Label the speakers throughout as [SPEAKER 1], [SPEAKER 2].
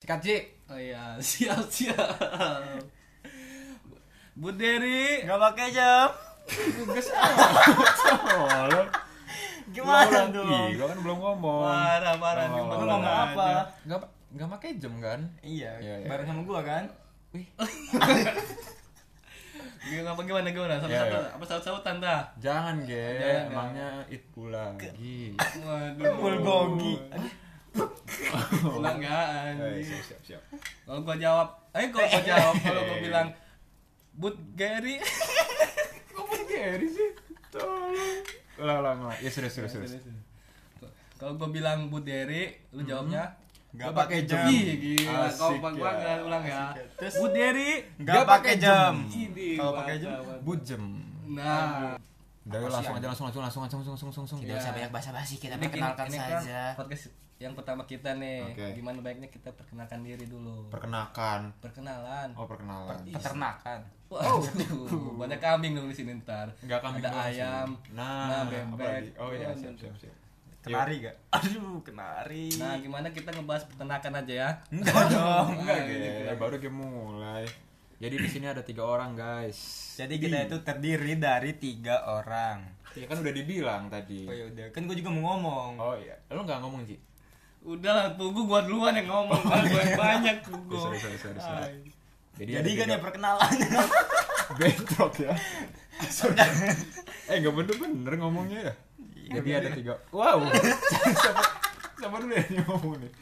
[SPEAKER 1] KJ. Oh iya, siap siap. Bu Dery,
[SPEAKER 2] Nggak pakai jam.
[SPEAKER 1] gugus
[SPEAKER 3] Oh, lo
[SPEAKER 2] Gimana
[SPEAKER 4] Iya,
[SPEAKER 3] belum- Ih,
[SPEAKER 2] dong?
[SPEAKER 3] gua kan belum ngomong.
[SPEAKER 2] Parah, parah.
[SPEAKER 3] Oh,
[SPEAKER 2] Gimana
[SPEAKER 3] oh,
[SPEAKER 2] Lu
[SPEAKER 3] oh.
[SPEAKER 2] ngomong apa?
[SPEAKER 1] Enggak enggak pakai jam kan?
[SPEAKER 2] Iya,
[SPEAKER 3] Iya, iya.
[SPEAKER 2] bareng sama gua kan?
[SPEAKER 1] Wih,
[SPEAKER 2] Gimana gimana gimana? Satu
[SPEAKER 3] Iya,
[SPEAKER 2] satu
[SPEAKER 3] iya.
[SPEAKER 2] apa satu satu tanda?
[SPEAKER 3] Jangan, Ge.
[SPEAKER 2] Jangan,
[SPEAKER 3] Emangnya it pula. Gi.
[SPEAKER 2] Waduh.
[SPEAKER 3] Bulgogi.
[SPEAKER 2] Pulang enggak
[SPEAKER 3] Eh,
[SPEAKER 2] anjing.
[SPEAKER 3] siap, siap, siap.
[SPEAKER 2] Kalau gua jawab, eh kalau gua jawab kalau gua bilang But Gary.
[SPEAKER 3] Kok pun Gary sih? Tolong. Ulang, ulang, ulang. Ya, serius, serius, serius.
[SPEAKER 2] Kalau gua bilang But Derry, lu jawabnya
[SPEAKER 3] Hmm. Nggak
[SPEAKER 2] "Nggak
[SPEAKER 3] pakai jam."
[SPEAKER 2] Ih, gila,
[SPEAKER 3] Asik
[SPEAKER 2] kompak
[SPEAKER 3] ya.
[SPEAKER 2] banget ulang ya.
[SPEAKER 3] Terus-
[SPEAKER 2] But Derry,
[SPEAKER 3] Nggak pakai jam.
[SPEAKER 2] Ini,
[SPEAKER 3] Kalau pakai jam,
[SPEAKER 2] mantap.
[SPEAKER 3] bujem.
[SPEAKER 2] Nah,
[SPEAKER 3] Udah langsung aja langsung langsung langsung langsung langsung langsung.
[SPEAKER 4] Tidak
[SPEAKER 2] Iya.
[SPEAKER 4] usah banyak basa-basi, kita
[SPEAKER 2] ini-
[SPEAKER 4] perkenalkan
[SPEAKER 2] ini kan
[SPEAKER 4] saja.
[SPEAKER 2] podcast yang pertama kita nih.
[SPEAKER 3] Oke.
[SPEAKER 2] Gimana baiknya kita perkenalkan diri dulu.
[SPEAKER 3] Perkenakan.
[SPEAKER 2] Perkenalan.
[SPEAKER 3] Oh, perkenalan.
[SPEAKER 1] peternakan.
[SPEAKER 4] Iya.
[SPEAKER 2] Waduh, banyak kambing dong di sini ntar.
[SPEAKER 3] Enggak kambing
[SPEAKER 2] Ada
[SPEAKER 3] doang sih.
[SPEAKER 2] ayam.
[SPEAKER 3] Nah,
[SPEAKER 2] nah, bebek.
[SPEAKER 3] apalagi? Oh iya,
[SPEAKER 2] Oh,
[SPEAKER 3] siap,
[SPEAKER 2] nanti.
[SPEAKER 3] siap, siap.
[SPEAKER 1] Kenari gak?
[SPEAKER 4] Aduh, kenari.
[SPEAKER 2] Nah, gimana kita ngebahas peternakan aja ya?
[SPEAKER 3] Enggak dong, enggak
[SPEAKER 5] Iya,
[SPEAKER 2] Nah,
[SPEAKER 3] gitu.
[SPEAKER 2] gitu.
[SPEAKER 3] Baru game mulai. Jadi di sini ada tiga orang guys.
[SPEAKER 5] Jadi kita itu terdiri dari tiga orang.
[SPEAKER 3] Ya kan udah dibilang
[SPEAKER 4] Iya.
[SPEAKER 3] tadi.
[SPEAKER 5] Oh ya udah, kan gue juga mau ngomong.
[SPEAKER 3] Oh iya, lu nggak ngomong Ji?
[SPEAKER 2] Udah lah, tunggu gua duluan yang ngomong. Gua banyak tunggu.
[SPEAKER 3] Sorry, sorry, sorry, sorry.
[SPEAKER 4] iya,
[SPEAKER 5] Jadi kan ya
[SPEAKER 3] per
[SPEAKER 5] perkenalan.
[SPEAKER 3] bentrok ya. Sorry. eh nggak bener-bener ngomongnya ya.
[SPEAKER 5] Iya,
[SPEAKER 3] Jadi ada tiga. Wow. Siapa siapa dulu yang ngomong nih?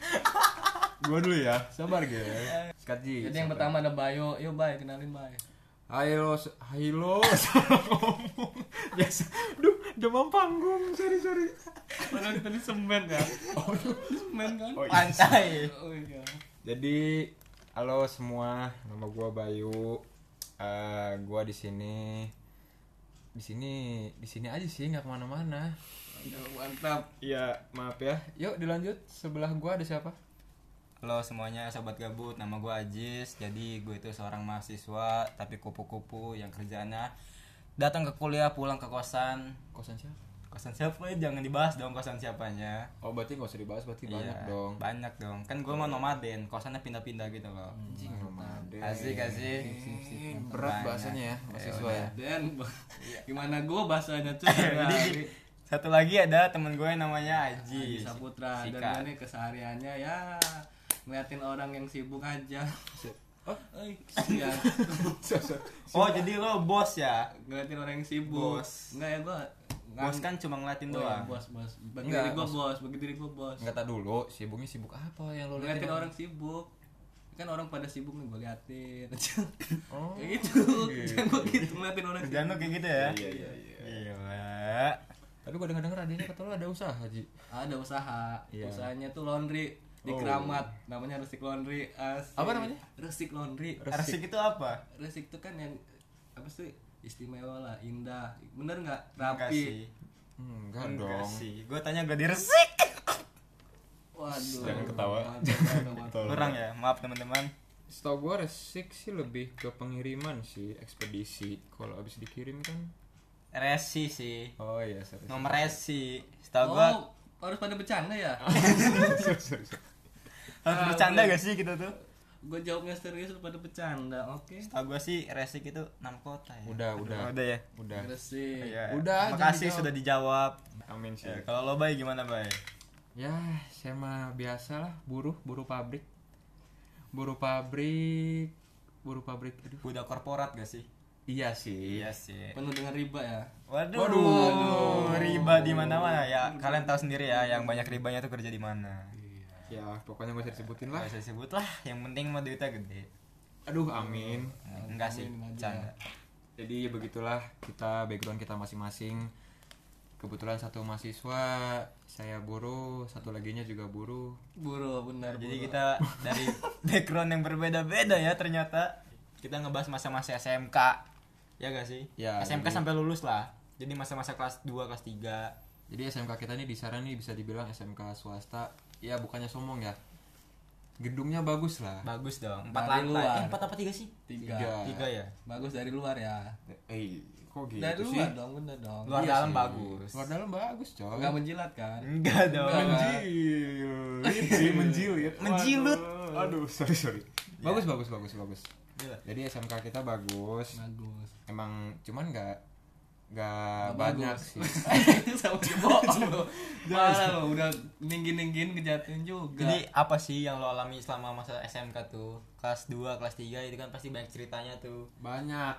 [SPEAKER 3] Gua dulu ya. Sabar guys. Sikat Ji.
[SPEAKER 2] Jadi yang
[SPEAKER 3] sabar.
[SPEAKER 2] pertama ada Bayo. Yo Bay, kenalin Bay.
[SPEAKER 3] Hai lo, s- hai lo, salah ngomong. Biasa, duh, demam panggung, sorry sorry.
[SPEAKER 2] Padahal kita di semen ya. Di semen kan?
[SPEAKER 3] Oh, iya.
[SPEAKER 5] Pantai.
[SPEAKER 2] Oh iya.
[SPEAKER 3] Jadi, halo semua, nama gua Bayu. Eh, gua di sini, di sini, di sini aja sih, nggak kemana-mana.
[SPEAKER 2] Aduh, Mantap.
[SPEAKER 3] Iya, maaf ya. Yuk dilanjut. Sebelah gua ada siapa?
[SPEAKER 5] Halo semuanya sobat gabut, nama gue Ajis. Jadi gue itu seorang mahasiswa tapi kupu-kupu yang kerjaannya datang ke kuliah, pulang ke kosan.
[SPEAKER 3] Kosan siapa?
[SPEAKER 5] Kosan siapa? Jangan dibahas dong kosan siapanya.
[SPEAKER 3] Oh, berarti nggak usah dibahas, berarti banyak
[SPEAKER 5] Iya,
[SPEAKER 3] dong.
[SPEAKER 5] Banyak dong. Kan gue mau nomaden, kosannya pindah-pindah gitu loh.
[SPEAKER 3] Hmm. Iya. Nomaden.
[SPEAKER 5] Asik asik.
[SPEAKER 3] Berat
[SPEAKER 5] Banyak.
[SPEAKER 3] bahasanya ya, mahasiswa ya.
[SPEAKER 2] Nah, Dan gimana gua bahasanya cuy? Nah,
[SPEAKER 5] Iya, Jadi satu lagi ada temen gue namanya
[SPEAKER 2] Haji
[SPEAKER 5] Aji.
[SPEAKER 2] Saputra dan
[SPEAKER 5] Sikat.
[SPEAKER 2] gue nih kesehariannya ya ngeliatin orang yang sibuk aja. Oh, eh, kesian.
[SPEAKER 5] Oh jadi lo bos ya?
[SPEAKER 2] ngeliatin orang yang sibuk.
[SPEAKER 5] Bos.
[SPEAKER 2] Enggak ya gua
[SPEAKER 5] Bos kan cuma ngeliatin
[SPEAKER 2] Oh, iya,
[SPEAKER 5] doang.
[SPEAKER 2] bos, bos. Bagi
[SPEAKER 3] Enggak,
[SPEAKER 2] diri gua
[SPEAKER 3] maksud-
[SPEAKER 2] bos, bagi diri gua bos.
[SPEAKER 3] Nggak tak dulu, sibuknya sibuk apa yang lo
[SPEAKER 2] Ngeliatin
[SPEAKER 3] liatin?
[SPEAKER 2] orang sibuk. Kan orang pada sibuk nih gua liatin.
[SPEAKER 3] Oh.
[SPEAKER 2] Kayak gitu. Jangan gua gitu ngeliatin orang
[SPEAKER 5] Kerjaan lo Iya, kayak gitu ya?
[SPEAKER 3] Iya, iya, iya.
[SPEAKER 5] Gila.
[SPEAKER 3] Tapi gue denger denger adanya kata lu ada usaha Ji.
[SPEAKER 2] Ada usaha.
[SPEAKER 3] Iya.
[SPEAKER 2] Usahanya tuh laundry di
[SPEAKER 3] Oh.
[SPEAKER 2] Keramat. Namanya Resik Laundry. Asik.
[SPEAKER 3] Apa namanya?
[SPEAKER 2] Resik Laundry.
[SPEAKER 5] Resik itu apa?
[SPEAKER 2] Resik itu kan yang apa sih istimewa lah, indah. Bener nggak?
[SPEAKER 5] Enggak
[SPEAKER 2] Rapi.
[SPEAKER 5] sih.
[SPEAKER 3] Hmm, enggak
[SPEAKER 5] Enggak
[SPEAKER 3] dong.
[SPEAKER 5] sih. Gue tanya gak di resik.
[SPEAKER 2] Waduh.
[SPEAKER 3] Jangan ketawa.
[SPEAKER 2] Mantap, mantap, mantap.
[SPEAKER 5] Kurang ya. Maaf teman-teman.
[SPEAKER 3] Setahu gue resik sih lebih ke pengiriman sih, ekspedisi. Kalau abis dikirim kan.
[SPEAKER 5] Resi sih.
[SPEAKER 3] Oh iya, sorry. sorry.
[SPEAKER 5] Nomor resi. Setahu gue
[SPEAKER 2] Oh, harus pada bercanda ya?
[SPEAKER 3] Sorry, sorry, sorry.
[SPEAKER 5] harus
[SPEAKER 2] ah,
[SPEAKER 5] bercanda
[SPEAKER 2] gue-
[SPEAKER 3] iya.
[SPEAKER 5] gak sih kita tuh?
[SPEAKER 2] Gue jawabnya serius lu pada bercanda, oke?
[SPEAKER 5] Setahu gue sih resik itu enam kota ya.
[SPEAKER 3] Udah, udah.
[SPEAKER 5] Udah ya.
[SPEAKER 3] Udah.
[SPEAKER 2] Resik.
[SPEAKER 5] Iya.
[SPEAKER 3] Udah, jangan
[SPEAKER 5] Makasih
[SPEAKER 3] Iya.
[SPEAKER 5] sudah dijawab.
[SPEAKER 3] Amin sih.
[SPEAKER 5] Ya, kalau lo bay gimana bay?
[SPEAKER 3] Ya, saya mah biasa lah, buruh, buruh pabrik. Buruh pabrik, buruh pabrik. Aduh.
[SPEAKER 5] Budak korporat gak sih?
[SPEAKER 3] Iya sih.
[SPEAKER 5] Iya sih.
[SPEAKER 2] Penuh dengan riba ya.
[SPEAKER 5] Waduh,
[SPEAKER 3] Waduh.
[SPEAKER 5] riba di mana-mana ya. Kalian tahu sendiri ya yang banyak ribanya tuh kerja di mana.
[SPEAKER 3] Ya, pokoknya gak usah disebutin lah.
[SPEAKER 5] Gak usah sebut lah, yang penting mah duitnya gede.
[SPEAKER 3] Aduh, amin.
[SPEAKER 5] Nah, Enggak sih,
[SPEAKER 2] Amin aja.
[SPEAKER 5] canda.
[SPEAKER 3] Jadi ya begitulah kita background kita masing-masing. Kebetulan satu mahasiswa, saya buruh, satu laginya juga buruh.
[SPEAKER 2] Buru, benar.
[SPEAKER 5] Jadi
[SPEAKER 2] buru.
[SPEAKER 5] kita dari background yang berbeda-beda ya ternyata. Kita ngebahas masa-masa SMK. Ya gak sih?
[SPEAKER 3] Ya,
[SPEAKER 5] SMK
[SPEAKER 3] jadi-
[SPEAKER 5] sampai lulus lah. Jadi masa-masa kelas 2, kelas 3.
[SPEAKER 3] Jadi SMK kita ini di Saran nih bisa dibilang SMK swasta. Ya bukannya sombong ya. Gedungnya bagus lah.
[SPEAKER 5] Bagus dong, 4
[SPEAKER 2] Dari
[SPEAKER 5] lantai.
[SPEAKER 2] luar.
[SPEAKER 5] Eh, 4 apa 3 sih?
[SPEAKER 2] tiga.
[SPEAKER 3] Tiga.
[SPEAKER 5] 3 ya.
[SPEAKER 2] Bagus dari luar ya.
[SPEAKER 3] Eh, kok gitu
[SPEAKER 2] dari
[SPEAKER 3] sih?
[SPEAKER 2] luar dong, bener dong.
[SPEAKER 5] Luar
[SPEAKER 3] Iya
[SPEAKER 5] dalam
[SPEAKER 3] sih.
[SPEAKER 5] bagus.
[SPEAKER 3] Luar dalam bagus, coy. Hmm.
[SPEAKER 2] Enggak menjilat kan?
[SPEAKER 5] Enggak dong.
[SPEAKER 2] Enggak.
[SPEAKER 3] menjilit sih, menjilit.
[SPEAKER 5] Menjilut.
[SPEAKER 3] Waduh. Aduh, sorry sorry. Bagus bagus bagus bagus. Jadi SMK kita bagus.
[SPEAKER 2] bagus
[SPEAKER 3] Emang cuman nggak nggak
[SPEAKER 2] Nggak
[SPEAKER 3] banyak
[SPEAKER 2] bagus.
[SPEAKER 3] sih.
[SPEAKER 2] itu sama bohong lo parah lo udah ninggi ninggiin kejatuhan juga
[SPEAKER 5] Jadi apa sih yang lo alami selama masa SMK tuh? Kelas 2, kelas 3 itu kan pasti banyak ceritanya tuh.
[SPEAKER 3] Banyak.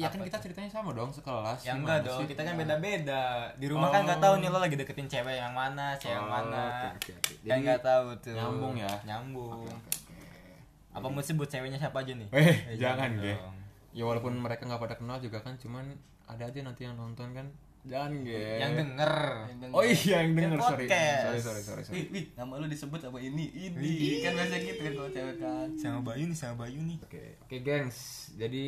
[SPEAKER 3] Ya kan
[SPEAKER 5] Apa
[SPEAKER 3] kita ceritanya sama dong sekelas.
[SPEAKER 5] Ya
[SPEAKER 3] Gimana
[SPEAKER 5] enggak dong,
[SPEAKER 3] sih?
[SPEAKER 5] kita kan beda-beda. Di rumah kan nggak tahu nih lo lagi deketin cewek yang mana, cewek yang
[SPEAKER 3] Oh,
[SPEAKER 5] mana.
[SPEAKER 3] oke, oke, oke.
[SPEAKER 5] Kan
[SPEAKER 3] Jadi,
[SPEAKER 5] nggak tahu tuh.
[SPEAKER 3] nyambung ya?
[SPEAKER 5] Nyambung. Apa mau sebut ceweknya siapa aja nih?
[SPEAKER 3] Eh,
[SPEAKER 5] Eh,
[SPEAKER 3] jangan, Ge.
[SPEAKER 5] dong.
[SPEAKER 3] Ya walaupun mereka nggak pada kenal juga kan, cuman ada aja nanti yang nonton kan. Jangan ge.
[SPEAKER 5] Yang denger.
[SPEAKER 2] Yang denger.
[SPEAKER 3] Oh iya yang denger
[SPEAKER 5] Yang
[SPEAKER 3] sorry.
[SPEAKER 5] podcast.
[SPEAKER 3] sorry sorry sorry sorry.
[SPEAKER 2] Wih, wih, nama lu disebut apa ini? Ini kan biasa gitu kan kalau cewek kan.
[SPEAKER 5] Sama Bayu nih, sama Bayu nih.
[SPEAKER 3] Oke, oke gengs. Jadi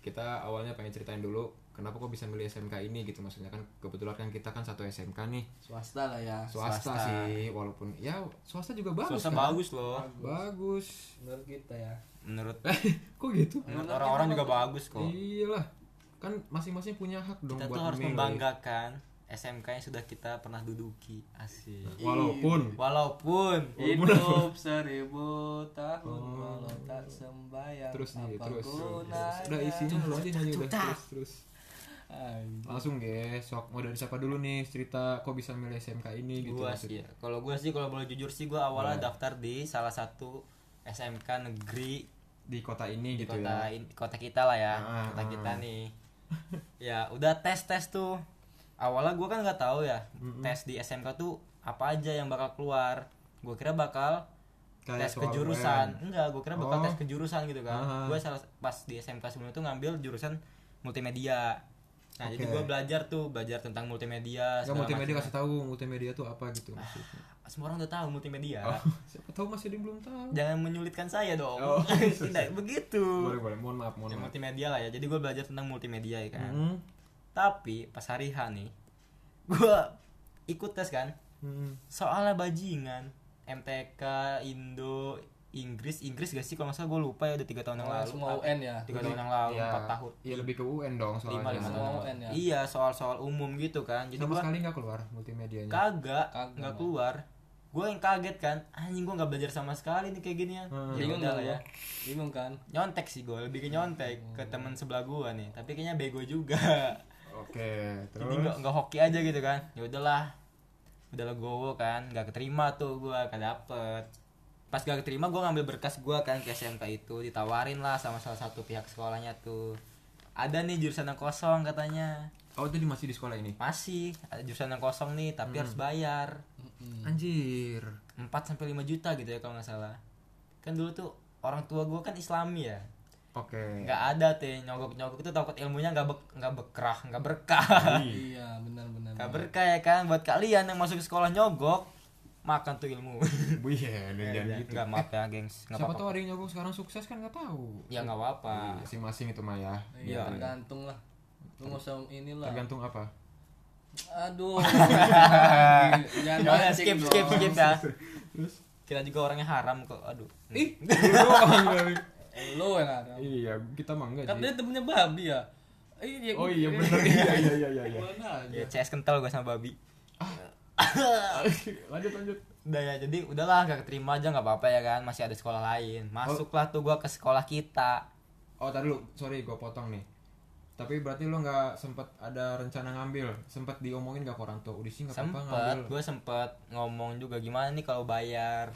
[SPEAKER 3] kita awalnya pengen ceritain dulu kenapa kok bisa milih SMK ini gitu maksudnya kan kebetulan kan kita kan satu SMK nih
[SPEAKER 2] Swasta lah ya.
[SPEAKER 3] swasta,
[SPEAKER 5] Swasta.
[SPEAKER 3] sih walaupun ya swasta juga bagus
[SPEAKER 5] Susah
[SPEAKER 3] kan?
[SPEAKER 5] bagus loh.
[SPEAKER 3] bagus
[SPEAKER 2] Menurut kita ya.
[SPEAKER 5] Menurut
[SPEAKER 3] kok gitu
[SPEAKER 5] menurut orang-orang juga bagus kok.
[SPEAKER 3] Iya. iyalah kan masing-masing punya hak dong
[SPEAKER 5] Kita
[SPEAKER 3] buat
[SPEAKER 5] tuh harus
[SPEAKER 3] memilih.
[SPEAKER 5] membanggakan SMK yang sudah kita pernah duduki. Asik.
[SPEAKER 3] walaupun
[SPEAKER 5] Iya. Walaupun
[SPEAKER 2] Hidup seribu tahun walau tak sembahyang
[SPEAKER 3] terus nih
[SPEAKER 2] apa
[SPEAKER 3] terus,
[SPEAKER 2] gunanya?
[SPEAKER 3] terus udah isinya lu aja nyanyi udah terus terus langsung guys sok mau dari siapa dulu nih cerita kok bisa milih SMK ini gitu
[SPEAKER 5] gua
[SPEAKER 3] maksudnya. Iya.
[SPEAKER 5] sih ya. kalau gua sih kalau boleh jujur sih gua awalnya daftar di salah satu SMK negeri
[SPEAKER 3] di kota ini
[SPEAKER 5] di
[SPEAKER 3] gitu
[SPEAKER 5] kota
[SPEAKER 3] ya
[SPEAKER 5] in- kota kita lah ya
[SPEAKER 3] Ah,
[SPEAKER 5] kota
[SPEAKER 3] ah.
[SPEAKER 5] kita nih ya udah tes tes tuh awalnya gua kan nggak tahu ya tes di SMK tuh apa aja yang bakal keluar gua kira bakal
[SPEAKER 3] Kayak
[SPEAKER 5] tes
[SPEAKER 3] soal
[SPEAKER 5] kejurusan enggak gua kira bakal
[SPEAKER 3] Oh.
[SPEAKER 5] tes kejurusan gitu kan
[SPEAKER 3] Ah.
[SPEAKER 5] gua salah pas di SMK sebelumnya tuh ngambil jurusan multimedia nah jadi gua belajar tuh belajar tentang multimedia
[SPEAKER 3] Nggak,
[SPEAKER 5] segala
[SPEAKER 3] multimedia
[SPEAKER 5] macamnya.
[SPEAKER 3] kasih tahu multimedia tuh apa
[SPEAKER 5] Ah,
[SPEAKER 3] gitu maksudnya
[SPEAKER 5] semua orang udah tahu multimedia
[SPEAKER 3] siapa tahu masih ada yang belum tahu
[SPEAKER 5] jangan menyulitkan saya dong
[SPEAKER 3] Oh,
[SPEAKER 5] tidak begitu
[SPEAKER 3] boleh boleh mohon maaf mohon
[SPEAKER 5] ya,
[SPEAKER 3] maaf
[SPEAKER 5] multimedia lah ya jadi gue belajar tentang multimedia ya kan
[SPEAKER 3] Hmm.
[SPEAKER 5] tapi pas hari H nih gue ikut tes kan
[SPEAKER 3] Hmm.
[SPEAKER 5] soalnya bajingan MTK Indo Inggris Inggris gak sih kalau nggak salah gue lupa ya udah tiga tahun yang
[SPEAKER 2] Oh,
[SPEAKER 5] lalu
[SPEAKER 2] semua
[SPEAKER 5] Apa?
[SPEAKER 2] UN ya?
[SPEAKER 5] tiga tahun yang lalu
[SPEAKER 3] Iya.
[SPEAKER 5] empat tahun
[SPEAKER 3] Iya lebih ke UN dong soalnya.
[SPEAKER 5] lima lima
[SPEAKER 2] Semua
[SPEAKER 5] tahun
[SPEAKER 2] UN ya?
[SPEAKER 5] iya soal soal umum gitu kan jadi
[SPEAKER 3] Sama
[SPEAKER 5] gue
[SPEAKER 3] sekali nggak keluar multimedianya.
[SPEAKER 5] kagak
[SPEAKER 2] Kagak.
[SPEAKER 5] nggak keluar gue yang kaget kan anjing gue nggak belajar sama sekali nih kayak ginian
[SPEAKER 3] Hmm.
[SPEAKER 5] ya
[SPEAKER 2] Bingung
[SPEAKER 5] udah
[SPEAKER 2] kan
[SPEAKER 5] lah
[SPEAKER 2] ya?
[SPEAKER 5] ya
[SPEAKER 2] Bingung kan?
[SPEAKER 5] nyontek sih gue lebih ke nyontek ke
[SPEAKER 2] Hmm.
[SPEAKER 5] teman sebelah gue nih tapi kayaknya bego juga
[SPEAKER 3] Oke, terus.
[SPEAKER 5] jadi nggak nggak hoki aja gitu kan ya udahlah udah legowo kan nggak keterima tuh gue gak dapet pas gak keterima gue ngambil berkas gue kan ke SMK itu ditawarin lah sama salah satu pihak sekolahnya tuh ada nih jurusan yang kosong katanya
[SPEAKER 3] Oh, tadi masih di sekolah ini.
[SPEAKER 5] masih ada jurusan yang kosong nih tapi harus bayar Hmm.
[SPEAKER 3] Anjir.
[SPEAKER 5] 4 sampai 5 juta gitu ya kalau nggak salah. Kan dulu tuh orang tua gua kan Islami ya.
[SPEAKER 3] Oke.
[SPEAKER 5] Nggak ada teh nyogok-nyogok itu takut ilmunya nggak bek nggak bekrah, nggak berkah.
[SPEAKER 2] Iya, benar-benar.
[SPEAKER 5] Nggak berkah ya kan buat kalian yang masuk ke sekolah nyogok makan tuh ilmu.
[SPEAKER 3] Wih, ya, dan jangan gitu.
[SPEAKER 5] Enggak maaf ya, gengs. Enggak
[SPEAKER 3] Siapa tahu
[SPEAKER 5] apa-apa.
[SPEAKER 3] ada yang nyogok sekarang sukses kan nggak tahu.
[SPEAKER 5] Ya nggak apa-apa.
[SPEAKER 3] Masing-masing itu mah ya.
[SPEAKER 2] Iya,
[SPEAKER 5] Iya.
[SPEAKER 2] tergantung lah. Lu nggak usah inilah.
[SPEAKER 3] Tergantung apa?
[SPEAKER 2] Aduh. Jangan
[SPEAKER 5] Udah,
[SPEAKER 2] mancing
[SPEAKER 5] skip
[SPEAKER 2] dong.
[SPEAKER 5] skip skip ya. Kita juga orangnya haram kok. Aduh.
[SPEAKER 2] Ih, lu yang ada.
[SPEAKER 3] iya, kita mah enggak sih.
[SPEAKER 2] Kan dia temennya babi ya. Iya.
[SPEAKER 3] Oh iya benar. Iya iya iya iya. iya.
[SPEAKER 2] Mana aja.
[SPEAKER 5] Ya CS kental gua sama babi.
[SPEAKER 3] Lanjut lanjut.
[SPEAKER 5] Udah ya, jadi udahlah gak keterima aja nggak apa-apa ya kan, masih ada sekolah lain. Masuklah tuh gua ke sekolah kita.
[SPEAKER 3] Oh, tadi lu, sorry gue potong nih. Tapi berarti lu nggak sempet ada rencana ngambil, sempet diomongin gak ke orang tua? Udah sih nggak apa-apa
[SPEAKER 5] sempet
[SPEAKER 3] ngambil.
[SPEAKER 5] gue sempet ngomong juga gimana nih kalau bayar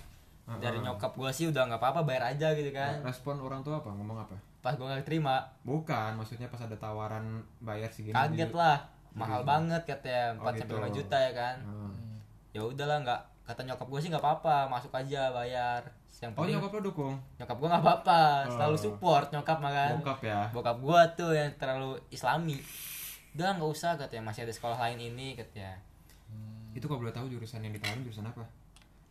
[SPEAKER 5] dari nyokap gue sih udah nggak apa-apa bayar aja gitu kan
[SPEAKER 3] Respon orang tua apa? Ngomong apa?
[SPEAKER 5] pas gue nggak terima
[SPEAKER 3] Bukan, maksudnya pas ada tawaran bayar segini.
[SPEAKER 5] kaget
[SPEAKER 3] gitu.
[SPEAKER 5] lah mahal banget katanya
[SPEAKER 3] Oh,
[SPEAKER 5] 4 sampai
[SPEAKER 3] gitu.
[SPEAKER 5] 5 juta ya kan
[SPEAKER 3] Hmm.
[SPEAKER 5] ya udahlah nggak kata nyokap gue sih nggak apa-apa masuk aja bayar yang
[SPEAKER 3] Oh,
[SPEAKER 5] penting
[SPEAKER 3] nyokap lo dukung?
[SPEAKER 5] nyokap gue nggak apa-apa selalu
[SPEAKER 3] Oh.
[SPEAKER 5] support nyokap makan
[SPEAKER 3] Bokap ya?
[SPEAKER 5] bokap gue tuh yang terlalu islami udah nggak usah katanya masih ada sekolah lain ini katanya
[SPEAKER 3] Itu kalau boleh tahu jurusan yang ditawarin jurusan apa?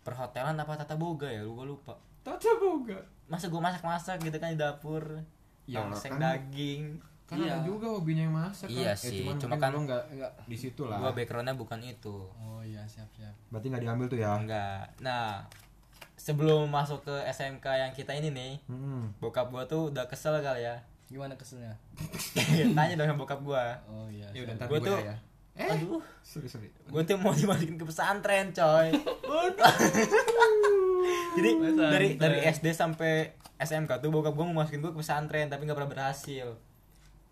[SPEAKER 5] perhotelan apa tata boga ya gue lupa
[SPEAKER 3] Tata boga.
[SPEAKER 5] masa gue masak-masak gitu kan di dapur
[SPEAKER 3] Ya,
[SPEAKER 5] masak
[SPEAKER 3] kan-
[SPEAKER 5] daging
[SPEAKER 3] Kan ada juga hobinya yang masak
[SPEAKER 5] Iya
[SPEAKER 3] kan?
[SPEAKER 5] sih,
[SPEAKER 3] cuman
[SPEAKER 5] cuma
[SPEAKER 3] mungkin
[SPEAKER 5] kan-
[SPEAKER 3] lo nggak di situ lah.
[SPEAKER 5] gue backgroundnya bukan itu
[SPEAKER 2] Oh iya, siap-siap.
[SPEAKER 3] Berarti nggak diambil tuh ya?
[SPEAKER 5] enggak nah sebelum masuk ke SMK yang kita ini nih
[SPEAKER 3] Hmm.
[SPEAKER 5] bokap gue tuh udah kesel kali ya
[SPEAKER 2] Gimana keselnya?
[SPEAKER 5] tanya dong sama bokap gue
[SPEAKER 2] Oh iya.
[SPEAKER 3] Ya udah
[SPEAKER 2] siap.
[SPEAKER 3] ntar
[SPEAKER 5] gue
[SPEAKER 3] gua
[SPEAKER 5] tuh
[SPEAKER 3] ya.
[SPEAKER 2] Eh?
[SPEAKER 5] aduh
[SPEAKER 3] sorry sorry
[SPEAKER 5] gue tuh mau dimasukin ke pesantren coy jadi
[SPEAKER 2] Pesantren.
[SPEAKER 5] dari dari SD sampai SMK tuh bokap gue mau masukin gue ke pesantren tapi nggak pernah berhasil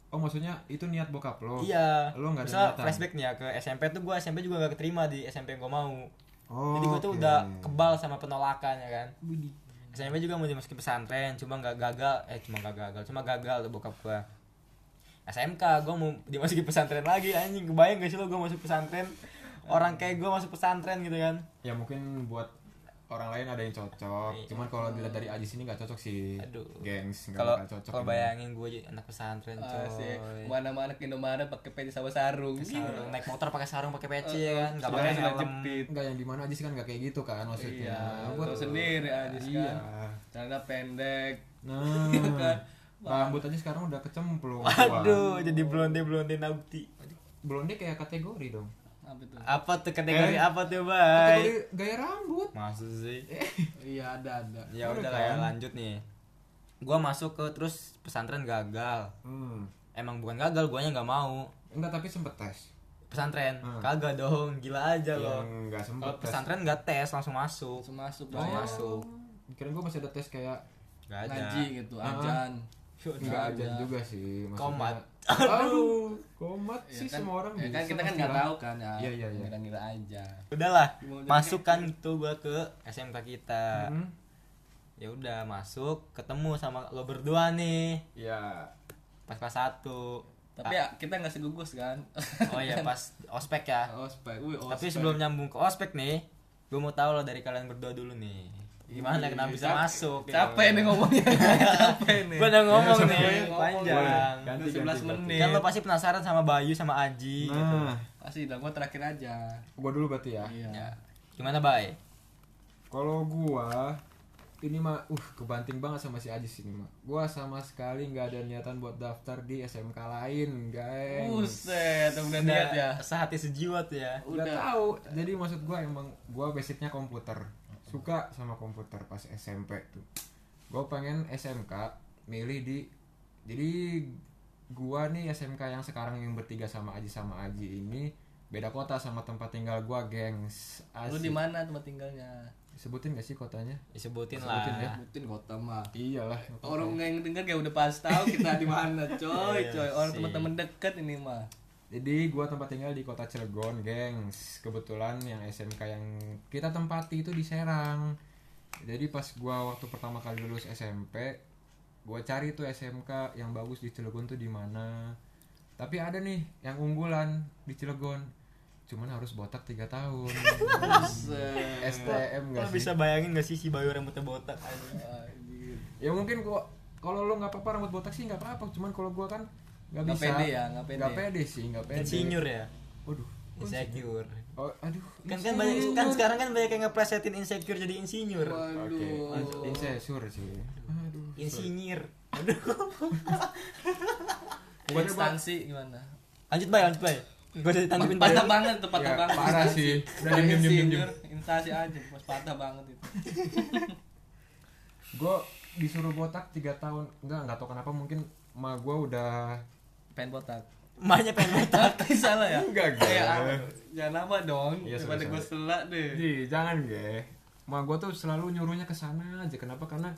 [SPEAKER 3] oh maksudnya itu niat bokap lo
[SPEAKER 5] iya
[SPEAKER 3] lo Oh, nggak ada
[SPEAKER 5] Misalnya
[SPEAKER 3] niatan?
[SPEAKER 5] flashback nih ya ke SMP tuh gue SMP juga gak keterima di SMP yang gue mau
[SPEAKER 3] oh,
[SPEAKER 5] jadi gue tuh
[SPEAKER 3] oke.
[SPEAKER 5] udah kebal sama penolakan ya kan SMP juga mau dimasukin pesantren cuma nggak gagal eh cuma nggak gagal cuma gagal tuh bokap gue SMK gue mau dimasukin pesantren lagi anjing kebayang gak sih lo gue masuk pesantren orang kayak gue masuk pesantren gitu kan
[SPEAKER 3] ya mungkin buat orang lain ada yang cocok
[SPEAKER 5] Iya.
[SPEAKER 3] cuman kalau dilihat dari Aji sini nggak cocok sih
[SPEAKER 5] Aduh.
[SPEAKER 3] gengs nggak
[SPEAKER 5] kalau
[SPEAKER 3] bakal cocok
[SPEAKER 5] kalau
[SPEAKER 3] ini.
[SPEAKER 5] bayangin gue jadi anak pesantren
[SPEAKER 2] Ah,
[SPEAKER 5] coy
[SPEAKER 2] Asik. Mana-mana ke Indomaret pakai peci sama sarung.
[SPEAKER 5] sarung naik motor pakai sarung pakai peci
[SPEAKER 2] Eh,
[SPEAKER 5] ya kan
[SPEAKER 3] ah.
[SPEAKER 5] nggak pakai
[SPEAKER 2] sebenarnya sudah
[SPEAKER 5] helm
[SPEAKER 2] jepit.
[SPEAKER 3] nggak yang di mana Aji sih kan nggak kayak gitu kan maksudnya
[SPEAKER 2] Iya,
[SPEAKER 3] Buat-
[SPEAKER 2] tahu sendiri aja sih
[SPEAKER 3] iya
[SPEAKER 2] kan. Celana pendek.
[SPEAKER 3] nah
[SPEAKER 2] Iya kan?
[SPEAKER 3] rambut aja sekarang udah kecemplung
[SPEAKER 5] aduh jadi blonde blonde nauti
[SPEAKER 3] blonde kayak kategori dong
[SPEAKER 2] Apa tuh?
[SPEAKER 5] apa tuh kategori
[SPEAKER 3] Eh?
[SPEAKER 5] apa tuh bay
[SPEAKER 3] kategori gaya rambut
[SPEAKER 5] maksud sih
[SPEAKER 2] Iya, ada ada.
[SPEAKER 5] ya
[SPEAKER 3] Baru
[SPEAKER 5] udah lah ya
[SPEAKER 3] kan?
[SPEAKER 5] lanjut nih gua masuk ke terus pesantren gagal
[SPEAKER 3] hmm.
[SPEAKER 5] emang bukan gagal guanya nggak mau
[SPEAKER 3] enggak tapi sempet tes
[SPEAKER 5] pesantren
[SPEAKER 3] Hmm. Iya,
[SPEAKER 5] kagak dong gila
[SPEAKER 3] Ya,
[SPEAKER 5] aja lo
[SPEAKER 3] yang nggak sempet
[SPEAKER 5] kalau
[SPEAKER 3] tes
[SPEAKER 5] pesantren nggak tes langsung masuk
[SPEAKER 2] Langsung masuk
[SPEAKER 3] Oh,
[SPEAKER 5] langsung
[SPEAKER 2] Bang.
[SPEAKER 5] masuk
[SPEAKER 3] kira gue masih ada tes kayak
[SPEAKER 5] nggak ada
[SPEAKER 2] Ngaji gitu, ajan.
[SPEAKER 3] nggak
[SPEAKER 2] ada.
[SPEAKER 3] aja juga sih maksudnya-
[SPEAKER 5] Komat.
[SPEAKER 3] aduh komat
[SPEAKER 2] Ya
[SPEAKER 3] sih
[SPEAKER 2] kan?
[SPEAKER 3] semua orang
[SPEAKER 2] ya
[SPEAKER 3] bisa
[SPEAKER 2] kan kita kan
[SPEAKER 3] pasti
[SPEAKER 2] nggak
[SPEAKER 3] lah.
[SPEAKER 2] tahu kan ya.
[SPEAKER 3] Iya, iya, iya.
[SPEAKER 2] Ngira-ngira aja.
[SPEAKER 5] udahlah
[SPEAKER 2] Gimana?
[SPEAKER 5] masukkan kan tuh gua ke SMK kita
[SPEAKER 3] Hmm.
[SPEAKER 5] ya udah masuk ketemu sama lo berdua nih
[SPEAKER 3] ya
[SPEAKER 5] pas kelas satu
[SPEAKER 3] Ah.
[SPEAKER 2] Tapi ya, kita nggak segugus kan.
[SPEAKER 5] oh ya pas ospek ya
[SPEAKER 2] ospek. Wih, Oh, ospek.
[SPEAKER 5] tapi sebelum nyambung ke ospek nih gue mau tahu lo dari kalian berdua dulu nih
[SPEAKER 3] Iya,
[SPEAKER 5] gimana kenapa bisa
[SPEAKER 2] Iya, Capek-
[SPEAKER 5] masuk gitu?
[SPEAKER 2] Capek nih ngomongnya. Iya, Capek nih.
[SPEAKER 5] gue udah ngomong
[SPEAKER 2] Capek
[SPEAKER 5] nih
[SPEAKER 2] ngomong.
[SPEAKER 5] Ya, panjang
[SPEAKER 3] Boleh. Ganti,
[SPEAKER 2] Udah
[SPEAKER 3] ganti,
[SPEAKER 2] 11
[SPEAKER 3] ganti.
[SPEAKER 2] menit.
[SPEAKER 5] kan lo pasti penasaran sama Bayu sama Aji gitu.
[SPEAKER 3] nah
[SPEAKER 2] Pasti lah, gua terakhir aja.
[SPEAKER 3] gue dulu berarti ya
[SPEAKER 5] Ya.
[SPEAKER 2] Iya.
[SPEAKER 5] gimana Bay
[SPEAKER 3] Kalau gua ini mah uh kebanting banget sama si Ajis ini mah. Gua sama sekali nggak ada niatan buat daftar di SMK lain, guys.
[SPEAKER 2] Buset, udah niat ya.
[SPEAKER 5] sehati sejiwa tuh ya
[SPEAKER 3] Udah
[SPEAKER 2] Udah.
[SPEAKER 3] tahu. Jadi maksud gua emang gua basicnya komputer. Suka sama komputer pas SMP tuh. Gua pengen SMK milih di jadi gua nih SMK yang sekarang yang bertiga sama Aji sama Aji ini beda kota sama tempat tinggal gua, gengs.
[SPEAKER 2] Lu
[SPEAKER 3] Asik.
[SPEAKER 2] di mana tempat tinggalnya?
[SPEAKER 3] Sebutin gak sih kotanya? Oh,
[SPEAKER 5] disebutin
[SPEAKER 3] Sebutin ya.
[SPEAKER 2] Ah.
[SPEAKER 5] lah
[SPEAKER 2] Sebutin kota mah.
[SPEAKER 3] Iyalah.
[SPEAKER 2] Orang yang denger kayak udah pas tahu kita di mana, coy,
[SPEAKER 5] Iya
[SPEAKER 2] coy. Orang
[SPEAKER 5] sih.
[SPEAKER 2] teman-teman deket ini mah.
[SPEAKER 3] Jadi gua tempat tinggal di kota Cilegon, gengs. Kebetulan yang SMK yang kita tempati itu di Serang. Jadi pas gua waktu pertama kali lulus SMP, gua cari tuh SMK yang bagus di Cilegon tuh di mana. Tapi ada nih yang unggulan di Cilegon. Cuman harus botak 3 tahun. STM
[SPEAKER 5] lo
[SPEAKER 3] gak sih?
[SPEAKER 5] bisa bayangin gak sih si Bayu rambutnya botak anjing?
[SPEAKER 3] Ya mungkin gua kalau lo nggak apa-apa rambut botak sih nggak apa-apa. Cuman kalau gua kan nggak
[SPEAKER 2] Nggak
[SPEAKER 3] bisa.
[SPEAKER 2] pede ya, nggak pede.
[SPEAKER 3] Nggak pede sih, nggak pede.
[SPEAKER 5] insinyur ya
[SPEAKER 3] Waduh.
[SPEAKER 5] insecure
[SPEAKER 3] Oh, aduh.
[SPEAKER 5] kan kan banyak kan sekarang kan banyak yang ngeplesetin insecure jadi insinyur
[SPEAKER 2] Waduh.
[SPEAKER 3] Insesur sih. Aduh.
[SPEAKER 5] insinyir
[SPEAKER 2] Jadi Instansi gimana?
[SPEAKER 5] lanjut Bay lanjut Bay gue udah ditanggepin Bay
[SPEAKER 2] Patah banget tuh, patah
[SPEAKER 3] Ya,
[SPEAKER 2] banget.
[SPEAKER 3] parah sih. Udah
[SPEAKER 2] Dari
[SPEAKER 3] diem, diem, diem,
[SPEAKER 2] senior, instansi aja, pas patah banget itu.
[SPEAKER 3] Gue disuruh botak 3 tahun. Enggak, enggak tau kenapa mungkin ma gue udah
[SPEAKER 2] Pengen botak.
[SPEAKER 5] emaknya pengen botak
[SPEAKER 2] Tapi salah ya?
[SPEAKER 3] Enggak, enggak.
[SPEAKER 2] Kayak apa dong? Jangan nama dong,
[SPEAKER 3] Iya,
[SPEAKER 2] daripada
[SPEAKER 3] sorry,
[SPEAKER 2] gue
[SPEAKER 3] sorry.
[SPEAKER 2] selak deh.
[SPEAKER 3] Ji, jangan ge. Ma gue tuh selalu nyuruhnya ke sana aja. Kenapa? Karena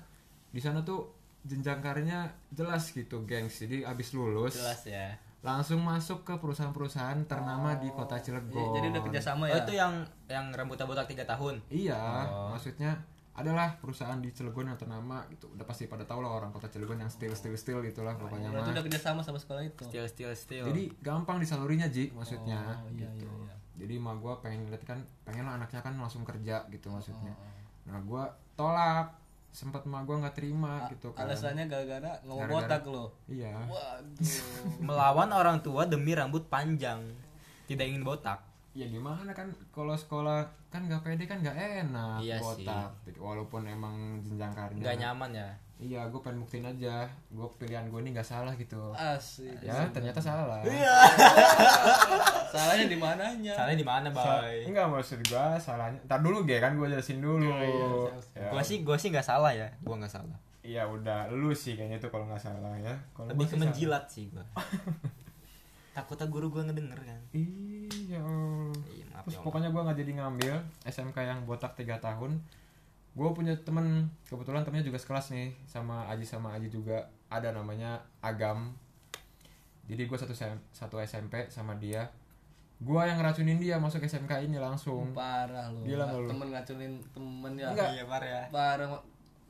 [SPEAKER 3] di sana tuh jenjang karirnya jelas gitu, gengs. Jadi abis lulus
[SPEAKER 5] jelas ya
[SPEAKER 3] langsung masuk ke perusahaan-perusahaan ternama di kota Cilegon.
[SPEAKER 2] Iya, Jadi udah kerjasama
[SPEAKER 5] oh
[SPEAKER 2] ya?
[SPEAKER 5] itu yang yang rambutnya botak 3 tahun
[SPEAKER 3] Iya, maksudnya adalah perusahaan di Cilegon yang ternama gitu. Udah pasti pada tau lah orang kota Cilegon yang still still still gitulah pokoknya
[SPEAKER 2] Berarti
[SPEAKER 3] mah.
[SPEAKER 2] iya, udah kerjasama sama sekolah itu.
[SPEAKER 5] still still still
[SPEAKER 3] Jadi gampang disalurinya Ji maksudnya
[SPEAKER 2] Oh, iya,
[SPEAKER 3] gitu.
[SPEAKER 2] iya, iya.
[SPEAKER 3] Jadi mah gue pengen lihat kan pengen lah anaknya kan langsung kerja gitu maksudnya. Nah gue tolak sempat mah gue nggak terima gitu kan.
[SPEAKER 2] Alasannya gara-gara ngomong
[SPEAKER 3] Gara-gara-
[SPEAKER 2] botak lo.
[SPEAKER 3] Iya.
[SPEAKER 2] Waduh.
[SPEAKER 5] melawan orang tua demi rambut panjang tidak ingin botak
[SPEAKER 3] Ya gimana kan kalau sekolah kan nggak pede kan nggak enak
[SPEAKER 5] Iya
[SPEAKER 3] botak. Walaupun emang jenjang karirnya.
[SPEAKER 5] nggak nyaman ya
[SPEAKER 3] Iya gue pengen buktiin aja gue pilihan gue ini nggak salah gitu.
[SPEAKER 2] Asik.
[SPEAKER 3] Ya ternyata salah.
[SPEAKER 5] Iya.
[SPEAKER 2] Salahnya di mananya?
[SPEAKER 5] salahnya di mana bay
[SPEAKER 3] Enggak maksud gue salahnya. Ntar dulu Ge kan gue jelasin dulu. Ya.
[SPEAKER 5] gua sih gua sih nggak salah ya gua nggak salah
[SPEAKER 3] Iya udah lu sih kayaknya tuh kalau nggak salah ya. Kalau
[SPEAKER 5] lebih
[SPEAKER 3] gua
[SPEAKER 5] ke
[SPEAKER 3] sih salah.
[SPEAKER 5] menjilat sih gua takutnya guru gue ngedenger kan
[SPEAKER 3] Iya. Allah.
[SPEAKER 5] iya maaf
[SPEAKER 3] Terus
[SPEAKER 5] ya Om.
[SPEAKER 3] pokoknya gue nggak jadi ngambil SMK yang botak 3 tahun. Gue punya temen kebetulan temennya juga sekelas nih sama Aji sama Aji juga ada namanya Agam. Jadi gue satu SM satu SMP sama dia. Gue yang ngeracunin dia masuk SMK ini langsung.
[SPEAKER 2] Parah lu.
[SPEAKER 3] Gila nggak lu?
[SPEAKER 2] Temen ngacunin temen ya.
[SPEAKER 3] Enggak.
[SPEAKER 4] Iya, Bar ya.
[SPEAKER 2] Parah Ma-